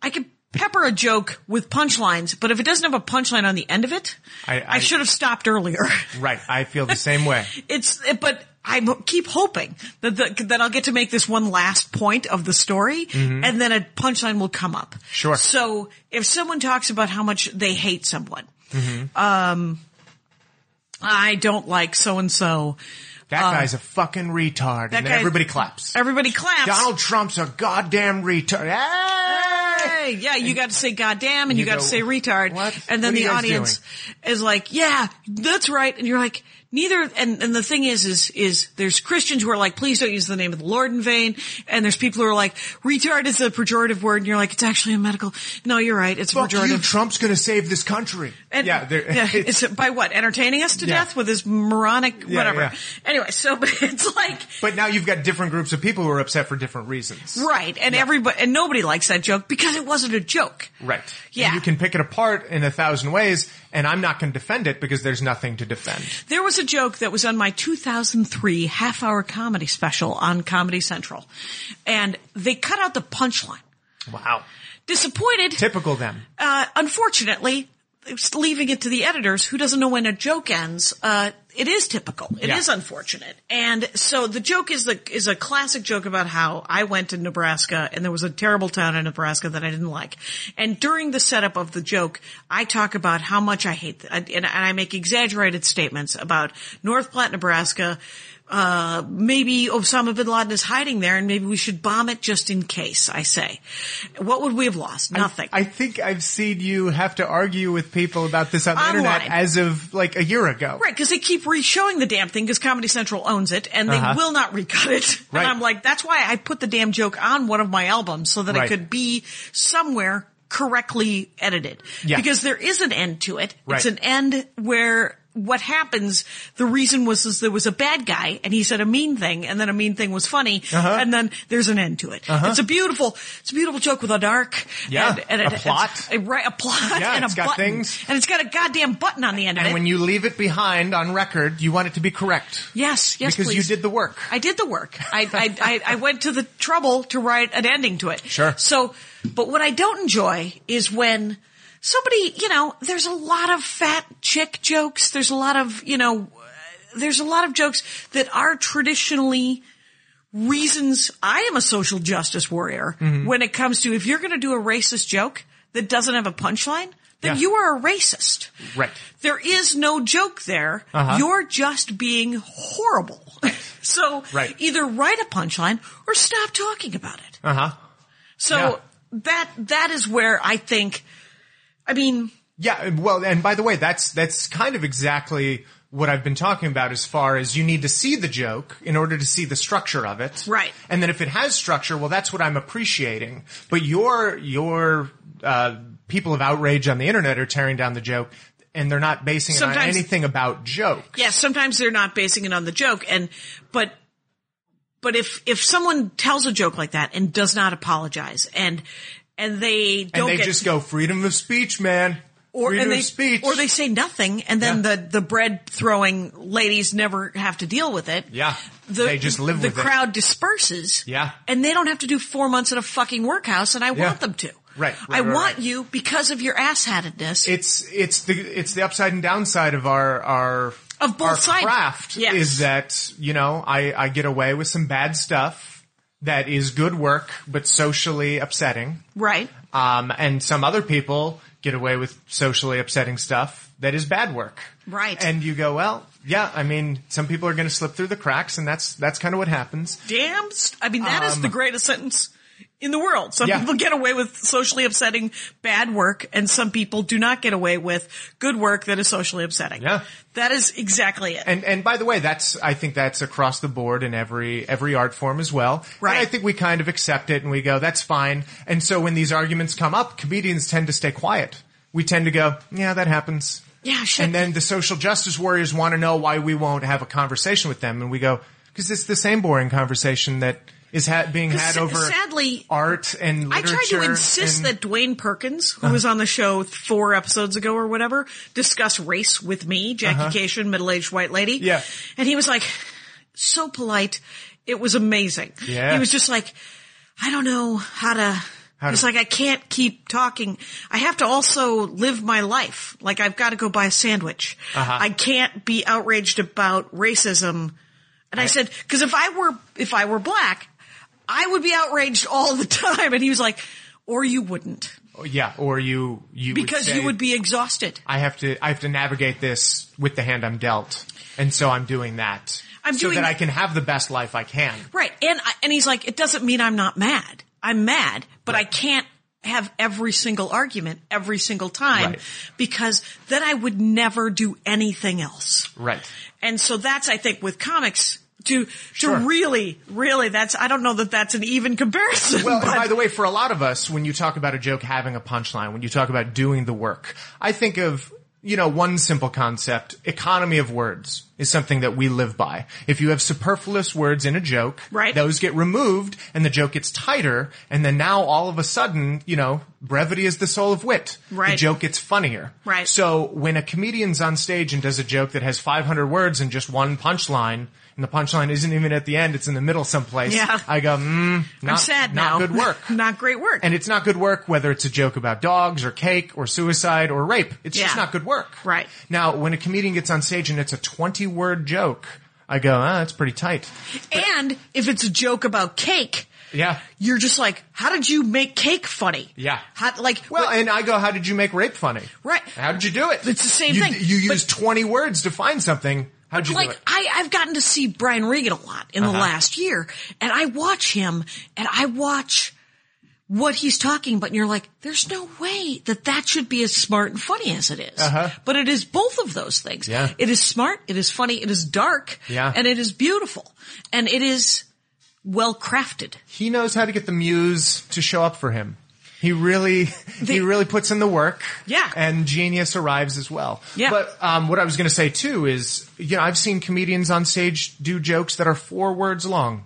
S1: I could pepper a joke with punchlines, but if it doesn't have a punchline on the end of it,
S2: I-
S1: I
S2: I-
S1: should have stopped earlier.
S2: Right. I feel the same way.
S1: It's, it, but I mo- keep hoping that the, that I'll get to make this one last point of the story, and then a punchline will come up.
S2: Mm-hmm. Sure.
S1: So if someone talks about how much they hate someone,
S2: Mm-hmm.
S1: um, I don't like so and so.
S2: That guy's a fucking retard. And then
S1: Um, guy-
S2: everybody claps.
S1: Everybody claps.
S2: Donald Trump's a goddamn retard. Hey!
S1: Hey, yeah, you got to say goddamn and you,
S2: you
S1: got to
S2: go,
S1: say retard.
S2: "What?
S1: And then
S2: What are you
S1: the
S2: guys
S1: audience is like, yeah, that's right. And you're like, neither, and, and the thing is, is, is there's Christians who are like, please don't use the name of the Lord in vain. And there's people who are like, retard is a pejorative word. And you're like, it's actually a medical. No, you're right. It's a
S2: Fuck you,
S1: pejorative.
S2: Trump's gonna save this country.
S1: And-
S2: yeah, there-
S1: it's, by what? Entertaining us to
S2: Yeah.
S1: death with his moronic
S2: Yeah,
S1: whatever.
S2: yeah.
S1: Anyway, so it's like,
S2: but now you've got different groups of people who are upset for different reasons.
S1: right. And everybody, and nobody likes that joke because it wasn't a joke.
S2: Right.
S1: Yeah.
S2: And you can pick it apart in a thousand ways, and I'm not gonna defend it because there's nothing to defend.
S1: There was a joke that was on my 2003 half hour comedy special on Comedy Central. And they cut out the punchline.
S2: Wow.
S1: Disappointed.
S2: Typical them.
S1: Uh, unfortunately, it's leaving it to the editors who doesn't know when a joke ends. Uh, it is typical. It is
S2: Yeah.
S1: unfortunate. And so the joke is the, is a classic joke about how I went to Nebraska and there was a terrible town in Nebraska that I didn't like. And during the setup of the joke, I talk about how much I hate, th- and, and I make exaggerated statements about North Platte, Nebraska, uh, maybe Osama bin Laden is hiding there and maybe we should bomb it just in case, I say. What would we have lost? Nothing.
S2: I think I've seen you have to argue with people about this on the internet
S1: Online.
S2: as of like a year ago.
S1: Right, because they keep re-showing the damn thing because Comedy Central owns it, and they will not recut it.
S2: Uh-huh. Right.
S1: And I'm like, that's why I put the damn joke on one of my albums so that
S2: Right.
S1: it could be somewhere correctly edited.
S2: Yeah.
S1: Because there is an end to it.
S2: Right.
S1: It's an end where what happens, the reason was is there was a bad guy and he said a mean thing and then a mean thing was funny
S2: Uh-huh.
S1: and then there's an end to it. It's a beautiful, it's a beautiful joke with a dark
S2: Yeah,
S1: and, and
S2: a
S1: it- it's-
S2: plot.
S1: a, right, a plot
S2: Yeah,
S1: and
S2: it's
S1: a
S2: got
S1: button
S2: things.
S1: and it's got a goddamn button on the end of
S2: And
S1: it.
S2: when you leave it behind on record, you want it to be correct.
S1: Yes, yes,
S2: because
S1: please.
S2: you did the work.
S1: I did the work. I, I, I, I went to the trouble to write an ending to it.
S2: Sure.
S1: So, but what I don't enjoy is when somebody, you know, there's a lot of fat chick jokes. There's a lot of, you know, uh, there's a lot of jokes that are traditionally reasons I am a social justice warrior
S2: Mm-hmm.
S1: when it comes to if you're going to do a racist joke that doesn't have a punchline, then
S2: Yeah.
S1: you are a racist.
S2: Right.
S1: There is no joke there.
S2: Uh-huh.
S1: You're just being horrible. so
S2: Right.
S1: either write a punchline or stop talking about it.
S2: Uh huh.
S1: So
S2: Yeah.
S1: that that is where I think I mean
S2: Yeah, well, and by the way, that's that's kind of exactly what I've been talking about as far as you need to see the joke in order to see the structure of it.
S1: Right.
S2: And then if it has structure, well that's what I'm appreciating. But your your uh, people of outrage on the internet are tearing down the joke and they're not basing it on
S1: Sometimes-
S2: anything about joke.
S1: yes, sometimes they're not basing it on the joke and but but if if someone tells a joke like that and does not apologize and and they
S2: And
S1: don't
S2: they
S1: get
S2: just go freedom of speech, man.
S1: or
S2: freedom
S1: and they
S2: of speech.
S1: or they say nothing and then
S2: Yeah.
S1: the the bread throwing ladies never have to deal with it.
S2: Yeah.
S1: The,
S2: They just live
S1: the
S2: with it.
S1: crowd disperses.
S2: Yeah.
S1: and they don't have to do four months in a fucking workhouse, and I want them to.
S2: Right, right,
S1: I
S2: right,
S1: want
S2: right.
S1: you because of your asshatedness.
S2: it's it's the it's the upside and downside of our our
S1: Of both
S2: our
S1: sides.
S2: craft
S1: Yes.
S2: is that you know I I get away with some bad stuff that is good work but socially upsetting,
S1: right.
S2: um, and some other people get away with socially upsetting stuff that is bad work,
S1: Right.
S2: And you go well. Yeah, I mean, some people are going to slip through the cracks, and that's that's kind of what happens.
S1: Damn. St- I mean, that is the greatest sentence in the world. Some
S2: Um, Yeah.
S1: people get away with socially upsetting bad work, and some people do not get away with good work that is socially upsetting.
S2: Yeah.
S1: That is exactly it.
S2: And and by the way, that's I think that's across the board in every every art form as well.
S1: Right.
S2: And I think we kind of accept it and we go, that's fine. And so when these arguments come up, comedians tend to stay quiet. We tend to go, yeah, that happens.
S1: yeah, shit.
S2: And then the social justice warriors want to know why we won't have a conversation with them, and we go, because it's the same boring conversation that is ha- being had
S1: sa-
S2: over
S1: sadly,
S2: art and
S1: I
S2: literature.
S1: tried to insist
S2: and-
S1: that Dwayne Perkins, who was on the show th- four episodes ago or whatever, discuss race with me, Jackie Cation, middle-aged white lady.
S2: Uh-huh. Yeah.
S1: And he was like, so polite. It was amazing.
S2: Yeah.
S1: He was just like, I don't know how to,
S2: to-
S1: it's like, I can't keep talking. I have to also live my life. Like, I've got to go buy a sandwich.
S2: Uh-huh.
S1: I can't be outraged about racism. And I said, cause if I were, if I were black, I would be outraged all the time. And he was like, or you wouldn't
S2: yeah, or you you
S1: because
S2: would say,
S1: you would be exhausted.
S2: I have to I have to navigate this with the hand I'm dealt, and so I'm doing that.
S1: I'm
S2: so
S1: doing
S2: that
S1: that-
S2: I can have the best life I can.
S1: Right. And, I, and he's like, it doesn't mean I'm not mad. I'm mad, but I can't have every single argument every single time
S2: Right.
S1: because then I would never do anything else.
S2: Right.
S1: And so that's, I think, with comics to, to
S2: Sure.
S1: really, really, that's, I don't know that that's an even comparison.
S2: Well, and
S1: but-
S2: by the way, for a lot of us, when you talk about a joke having a punchline, when you talk about doing the work, I think of you know one simple concept: economy of words is something that we live by. If you have superfluous words in a joke,
S1: Right.
S2: those get removed, and the joke gets tighter, and then now all of a sudden, you know, brevity is the soul of wit. The
S1: Right.
S2: joke gets funnier.
S1: Right.
S2: So when a comedian's on stage and does a joke that has 500 words and just one punchline, and the punchline isn't even at the end; it's in the middle someplace.
S1: Yeah.
S2: I go, mm, not,
S1: I'm sad
S2: not
S1: now.
S2: good work.
S1: not great work.
S2: And it's not good work whether it's a joke about dogs or cake or suicide or rape. It's just
S1: Yeah.
S2: not good work.
S1: Right.
S2: Now, when a comedian gets on stage and it's a 20 word joke, I go, ah, that's pretty tight.
S1: and if it's a joke about cake,
S2: Yeah.
S1: you're just like, how did you make cake funny?
S2: Yeah.
S1: How, like,
S2: Well,
S1: what-
S2: and I go, how did you make rape funny?
S1: Right.
S2: How did you do it?
S1: It's the same
S2: You-
S1: thing.
S2: You
S1: But-
S2: use 20 words to find something. How'd you do
S1: like
S2: it?
S1: I, I've gotten to see Brian Regan a lot in
S2: Uh-huh.
S1: the last year, and I watch him, and I watch what he's talking about, and you're like, there's no way that that should be as smart and funny as it is. But it is both of those things.
S2: Uh-huh. Yeah.
S1: It is smart, it is funny, it is dark,
S2: Yeah.
S1: and it is beautiful, and it is well crafted.
S2: He knows how to get the muse to show up for him. He really, he really puts in the work.
S1: Yeah.
S2: And genius arrives as well.
S1: Yeah.
S2: But, um, what I was going to say too is, you know, I've seen comedians on stage do jokes that are four words long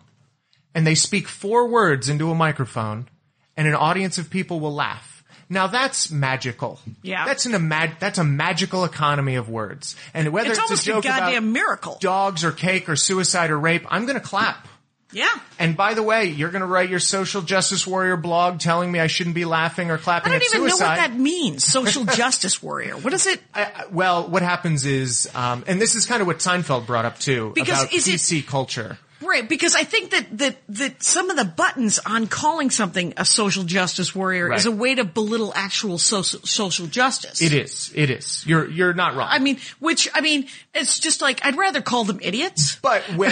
S2: and they speak four words into a microphone and an audience of people will laugh. Now that's magical.
S1: Yeah.
S2: That's an imag- that's a magical economy of words. And whether
S1: It's
S2: it's,
S1: almost
S2: a
S1: a
S2: joke
S1: goddamn
S2: about
S1: miracle.
S2: dogs or cake or suicide or rape, I'm going to clap.
S1: Yeah.
S2: And by the way, you're going to write your social justice warrior blog telling me I shouldn't be laughing or
S1: I
S2: clapping
S1: don't
S2: at
S1: even know
S2: suicide.
S1: what that means. Social justice warrior. What is it?
S2: I- I- well, what happens is, um, and this is kind of what Seinfeld brought up too
S1: Because
S2: about
S1: is it-
S2: PC culture.
S1: Right, because I think that that that some of the buttons on calling something a social justice warrior
S2: Right.
S1: is a way to belittle actual social social justice.
S2: It is. It is. You're you're not wrong.
S1: I mean, which I mean, it's just like I'd rather call them idiots.
S2: but when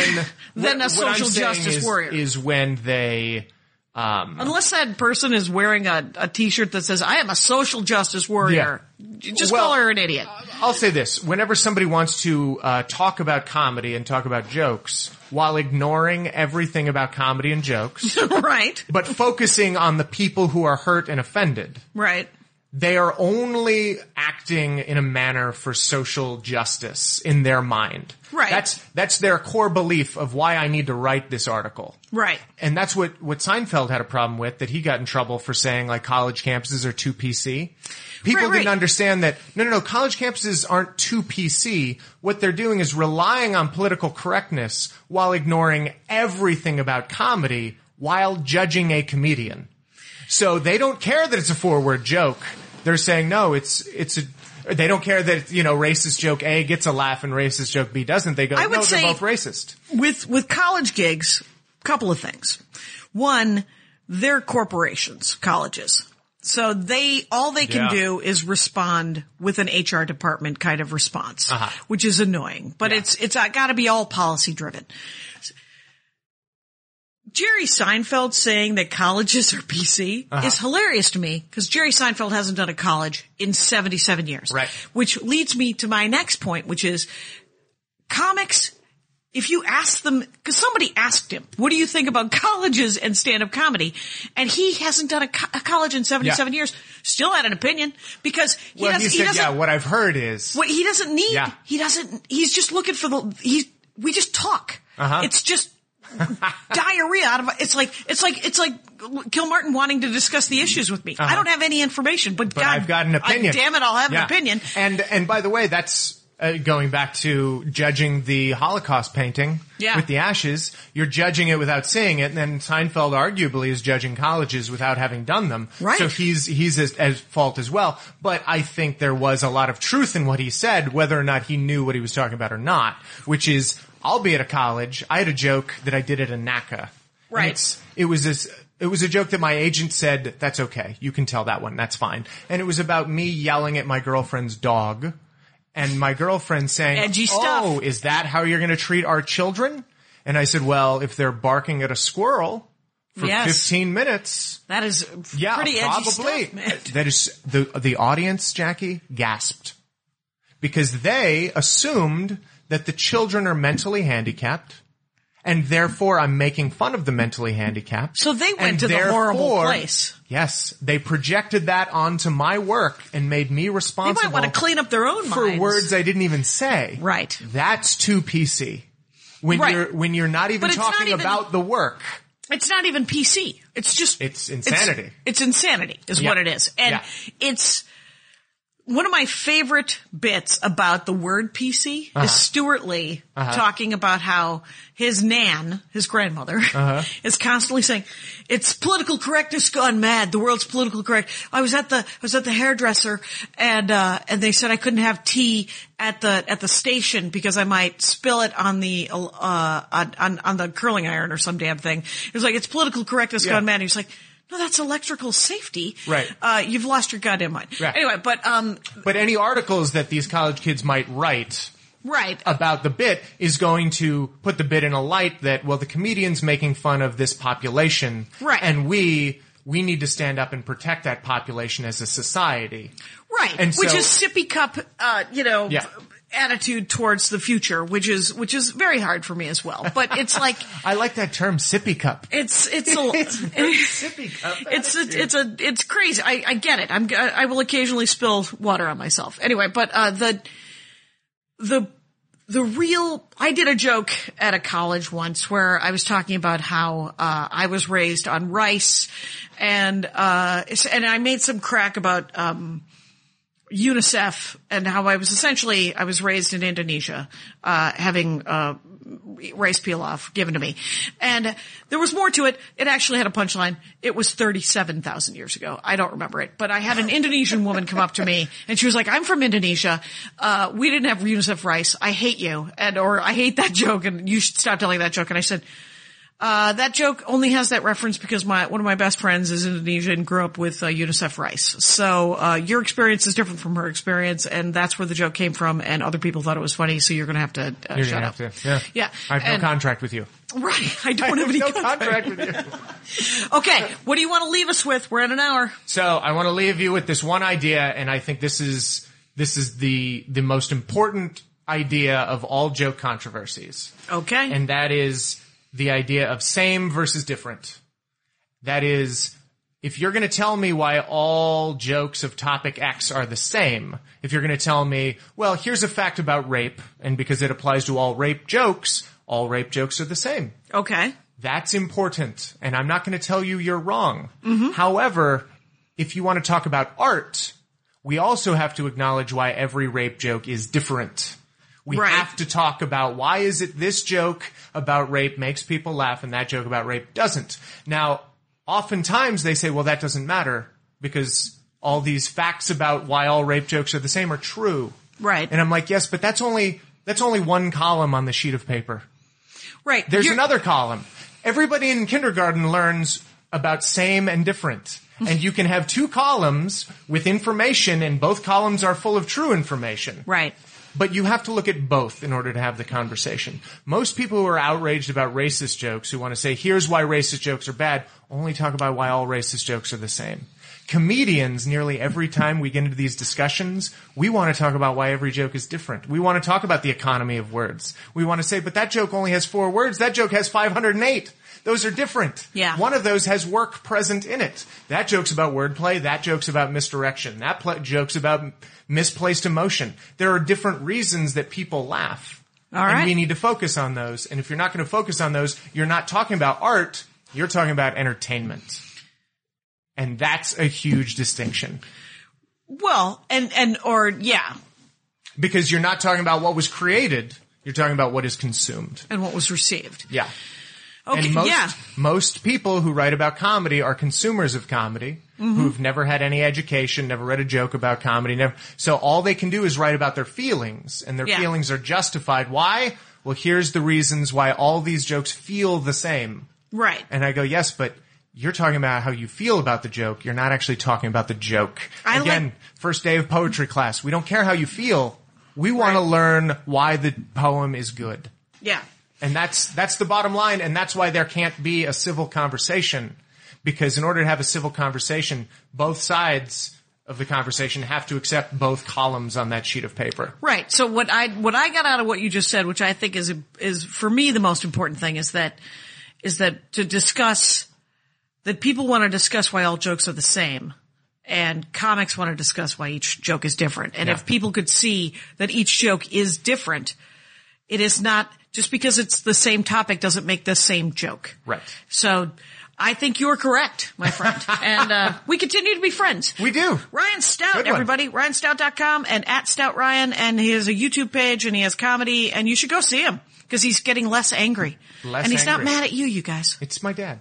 S1: Then a
S2: what- what I'm
S1: social
S2: saying
S1: justice
S2: is-
S1: warrior.
S2: is when they um,
S1: Unless that person is wearing a, a t-shirt that says I am a social justice warrior. J- Just
S2: Well,
S1: call her an idiot.
S2: I'll say this: whenever somebody wants to uh, talk about comedy and talk about jokes while ignoring everything about comedy and jokes,
S1: right.
S2: but focusing on the people who are hurt and offended,
S1: Right.
S2: they are only acting in a manner for social justice in their mind.
S1: Right.
S2: That's that's their core belief of why I need to write this article.
S1: Right.
S2: And that's what what Seinfeld had a problem with that he got in trouble for saying like college campuses are too PC. People
S1: Right, right.
S2: didn't understand that no no no college campuses aren't too PC. What they're doing is relying on political correctness while ignoring everything about comedy while judging a comedian. So they don't care that it's a four word joke. They're saying no, it's it's a they don't care that you know racist joke A gets a laugh and racist joke B doesn't. They go,
S1: I would
S2: no,
S1: say-
S2: they're both racist.
S1: with with college gigs, couple of things. One, they're corporations, colleges. So they all they can
S2: Yeah.
S1: do is respond with an HR department kind of response,
S2: Uh-huh.
S1: which is annoying. But it's it's got to be all policy driven. Jerry Seinfeld saying that colleges are PC
S2: Uh-huh.
S1: is hilarious to me because Jerry Seinfeld hasn't done a college in 77 years.
S2: Right.
S1: Which leads me to my next point, which is comics, if you ask them, because somebody asked him, what do you think about colleges and stand-up comedy? And he hasn't done a, co- a college in 77
S2: Yeah.
S1: years, still had an opinion because he,
S2: Well,
S1: does,
S2: he
S1: he
S2: said,
S1: doesn't,
S2: yeah, what I've heard is
S1: what he doesn't need,
S2: Yeah.
S1: he doesn't, he's just looking for the, he's, we just talk.
S2: Uh-huh.
S1: It's just diarrhea out of, it's like, it's like, it's like Kilmartin wanting to discuss the issues with me. I don't have any information, but,
S2: Uh-huh. but
S1: God,
S2: I've got an opinion.
S1: damn it, I'll have
S2: Yeah.
S1: an opinion.
S2: And and by the way, that's uh, going back to judging the Holocaust painting
S1: Yeah.
S2: with the ashes. You're judging it without seeing it, and then Seinfeld arguably is judging colleges without having done them.
S1: Right.
S2: So he's he's as, as fault as well. But I think there was a lot of truth in what he said, whether or not he knew what he was talking about or not. Which is, I'll be at a college. I had a joke that I did at a NACA. And
S1: Right.
S2: it's- It was this. It was a joke that my agent said, "That's okay. You can tell that one. That's fine." And it was about me yelling at my girlfriend's dog, and my girlfriend saying,
S1: Edgy stuff.
S2: "Oh, is that how you're going to treat our children?" And I said, "Well, if they're barking at a squirrel for
S1: Yes.
S2: 15 minutes,
S1: That is
S2: yeah,
S1: pretty edgy
S2: probably."
S1: stuff, man.
S2: That is the the audience, Jackie, gasped because they assumed that the children are mentally handicapped. And therefore, I'm making fun of the mentally handicapped.
S1: So they went
S2: And
S1: to the horrible
S2: therefore-
S1: place.
S2: Yes, they projected that onto my work and made me
S1: They
S2: responsible
S1: might want to clean up their own
S2: for
S1: minds.
S2: words I didn't even say.
S1: Right.
S2: That's too PC. When
S1: Right.
S2: you're when you're not even
S1: But it's not
S2: talking
S1: even-
S2: about the work.
S1: It's not even PC. It's just
S2: It's insanity.
S1: It's, it's insanity is
S2: Yeah.
S1: what it is, and
S2: Yeah.
S1: it's one of my favorite bits about the word PC
S2: Uh-huh.
S1: is Stuart Lee talking about how his nan, his grandmother,
S2: Uh-huh.
S1: is constantly saying, "It's political correctness gone mad. The world's political correct." I was at the I was at the hairdresser, and uh, and they said I couldn't have tea at the at the station because I might spill it on the uh, on, on on the curling iron or some damn thing. It was like it's political correctness
S2: Yeah.
S1: gone mad. And he's like. No, that's electrical safety.
S2: Right.
S1: Uh, you've lost your goddamn mind.
S2: Right.
S1: Anyway, but um,
S2: But any articles that these college kids might write
S1: Right.
S2: about the bit is going to put the bit in a light that well the comedian's making fun of this population
S1: Right.
S2: and we we need to stand up and protect that population as a society
S1: Right.
S2: And
S1: which
S2: so-
S1: is sippy cup, uh, you know,
S2: Yeah.
S1: attitude towards the future, which is, which is very hard for me as well. But it's like,
S2: i like that term sippy cup
S1: it's, it's a, it's,
S2: sippy cup
S1: it's, a, it's a, it's crazy. I, I get it. I'm, g- I will occasionally spill water on myself. Anyway, but, uh, the, the, the real, I did a joke at a college once where I was talking about how, uh, I was raised on rice and, uh, it's- and I made some crack about, um, UNICEF and how I was essentially I was raised in Indonesia, uh, having uh, rice pilaf given to me, and there was more to it. It actually had a punchline. It was thirty-seven thousand years ago. I don't remember it, but I had an Indonesian woman come up to me and she was like, "I'm from Indonesia. Uh, we didn't have UNICEF rice. I hate you, and or I hate that joke, and you should stop telling that joke." And I said. Uh, that joke only has that reference because my one of my best friends is Indonesian and grew up with uh, UNICEF rice. So uh, your experience is different from her experience, and that's where the joke came from. And other people thought it was funny, so you're going to have to uh,
S2: you're
S1: shut
S2: gonna
S1: up.
S2: have to yeah
S1: Yeah,
S2: i have no
S1: and-
S2: contract with you
S1: Right? I don't have any.
S2: no
S1: contract.
S2: contract with you
S1: Okay, what do you want to leave us with? We're at an hour.
S2: So I want to leave you with this one idea, and I think this is this is the the most important idea of all joke controversies,
S1: Okay.
S2: and that is the idea of same versus different. That is, if you're going to tell me why all jokes of topic X are the same, if you're going to tell me, well, here's a fact about rape, and because it applies to all rape jokes, all rape jokes are the same.
S1: okay.
S2: That's important. And I'm not going to tell you you're wrong.
S1: Mm-hmm.
S2: However, if you want to talk about art, we also have to acknowledge why every rape joke is different. We
S1: Right.
S2: have to talk about why is it this joke about rape makes people laugh and that joke about rape doesn't. Now, oftentimes they say, well, that doesn't matter because all these facts about why all rape jokes are the same are true.
S1: Right.
S2: And I'm like, yes, but that's only, that's only one column on the sheet of paper.
S1: Right.
S2: There's
S1: You're-
S2: another column. Everybody in kindergarten learns about same and different. And you can have two columns with information and both columns are full of true information.
S1: Right.
S2: But you have to look at both in order to have the conversation. Most people who are outraged about racist jokes who want to say, here's why racist jokes are bad, only talk about why all racist jokes are the same. Comedians, nearly every time we get into these discussions, we want to talk about why every joke is different. We want to talk about the economy of words. We want to say, but that joke only has four words. That joke has 508. Those are different.
S1: Yeah.
S2: One of those has work present in it. That joke's about wordplay. That joke's about misdirection. That pl- joke's about m- misplaced emotion. There are different reasons that people laugh.
S1: All
S2: And
S1: right.
S2: we need to focus on those. And if you're not going to focus on those, you're not talking about art. You're talking about entertainment. And that's a huge distinction
S1: Well, and and or yeah,
S2: because you're not talking about what was created. You're talking about what is consumed.
S1: and what was received.
S2: Yeah.
S1: Okay.
S2: and most,
S1: yeah.
S2: most people who write about comedy are consumers of comedy
S1: Mm-hmm.
S2: who've never had any education, never read a joke about comedy, never. So all they can do is write about their feelings and their
S1: Yeah.
S2: feelings are justified. Why? Well, here's the reasons why all these jokes feel the same.
S1: Right.
S2: And I go, yes, but you're talking about how you feel about the joke. You're not actually talking about the joke.
S1: I like-
S2: Again, first day of poetry class. We don't care how you feel. We want to learn why the poem is good.
S1: yeah.
S2: And that's that's the bottom line, and that's why there can't be a civil conversation. Because in order to have a civil conversation, both sides of the conversation have to accept both columns on that sheet of paper.
S1: Right. So what I what I got out of what you just said, which I think is is for me the most important thing, is that is that to discuss that people want to discuss why all jokes are the same, and comics want to discuss why each joke is different. And if people could see that each joke is different, it is not just because it's the same topic doesn't make the same joke.
S2: Right.
S1: So I think you're correct, my friend, and uh, we continue to be friends.
S2: We do.
S1: Ryan Stout,
S2: Good one.
S1: everybody. RyanStout.com and at Stout Ryan. And he has a YouTube page and he has comedy and you should go see him because he's getting less angry.
S2: Less
S1: and he's not
S2: angry.
S1: mad at you, you guys.
S2: It's my dad.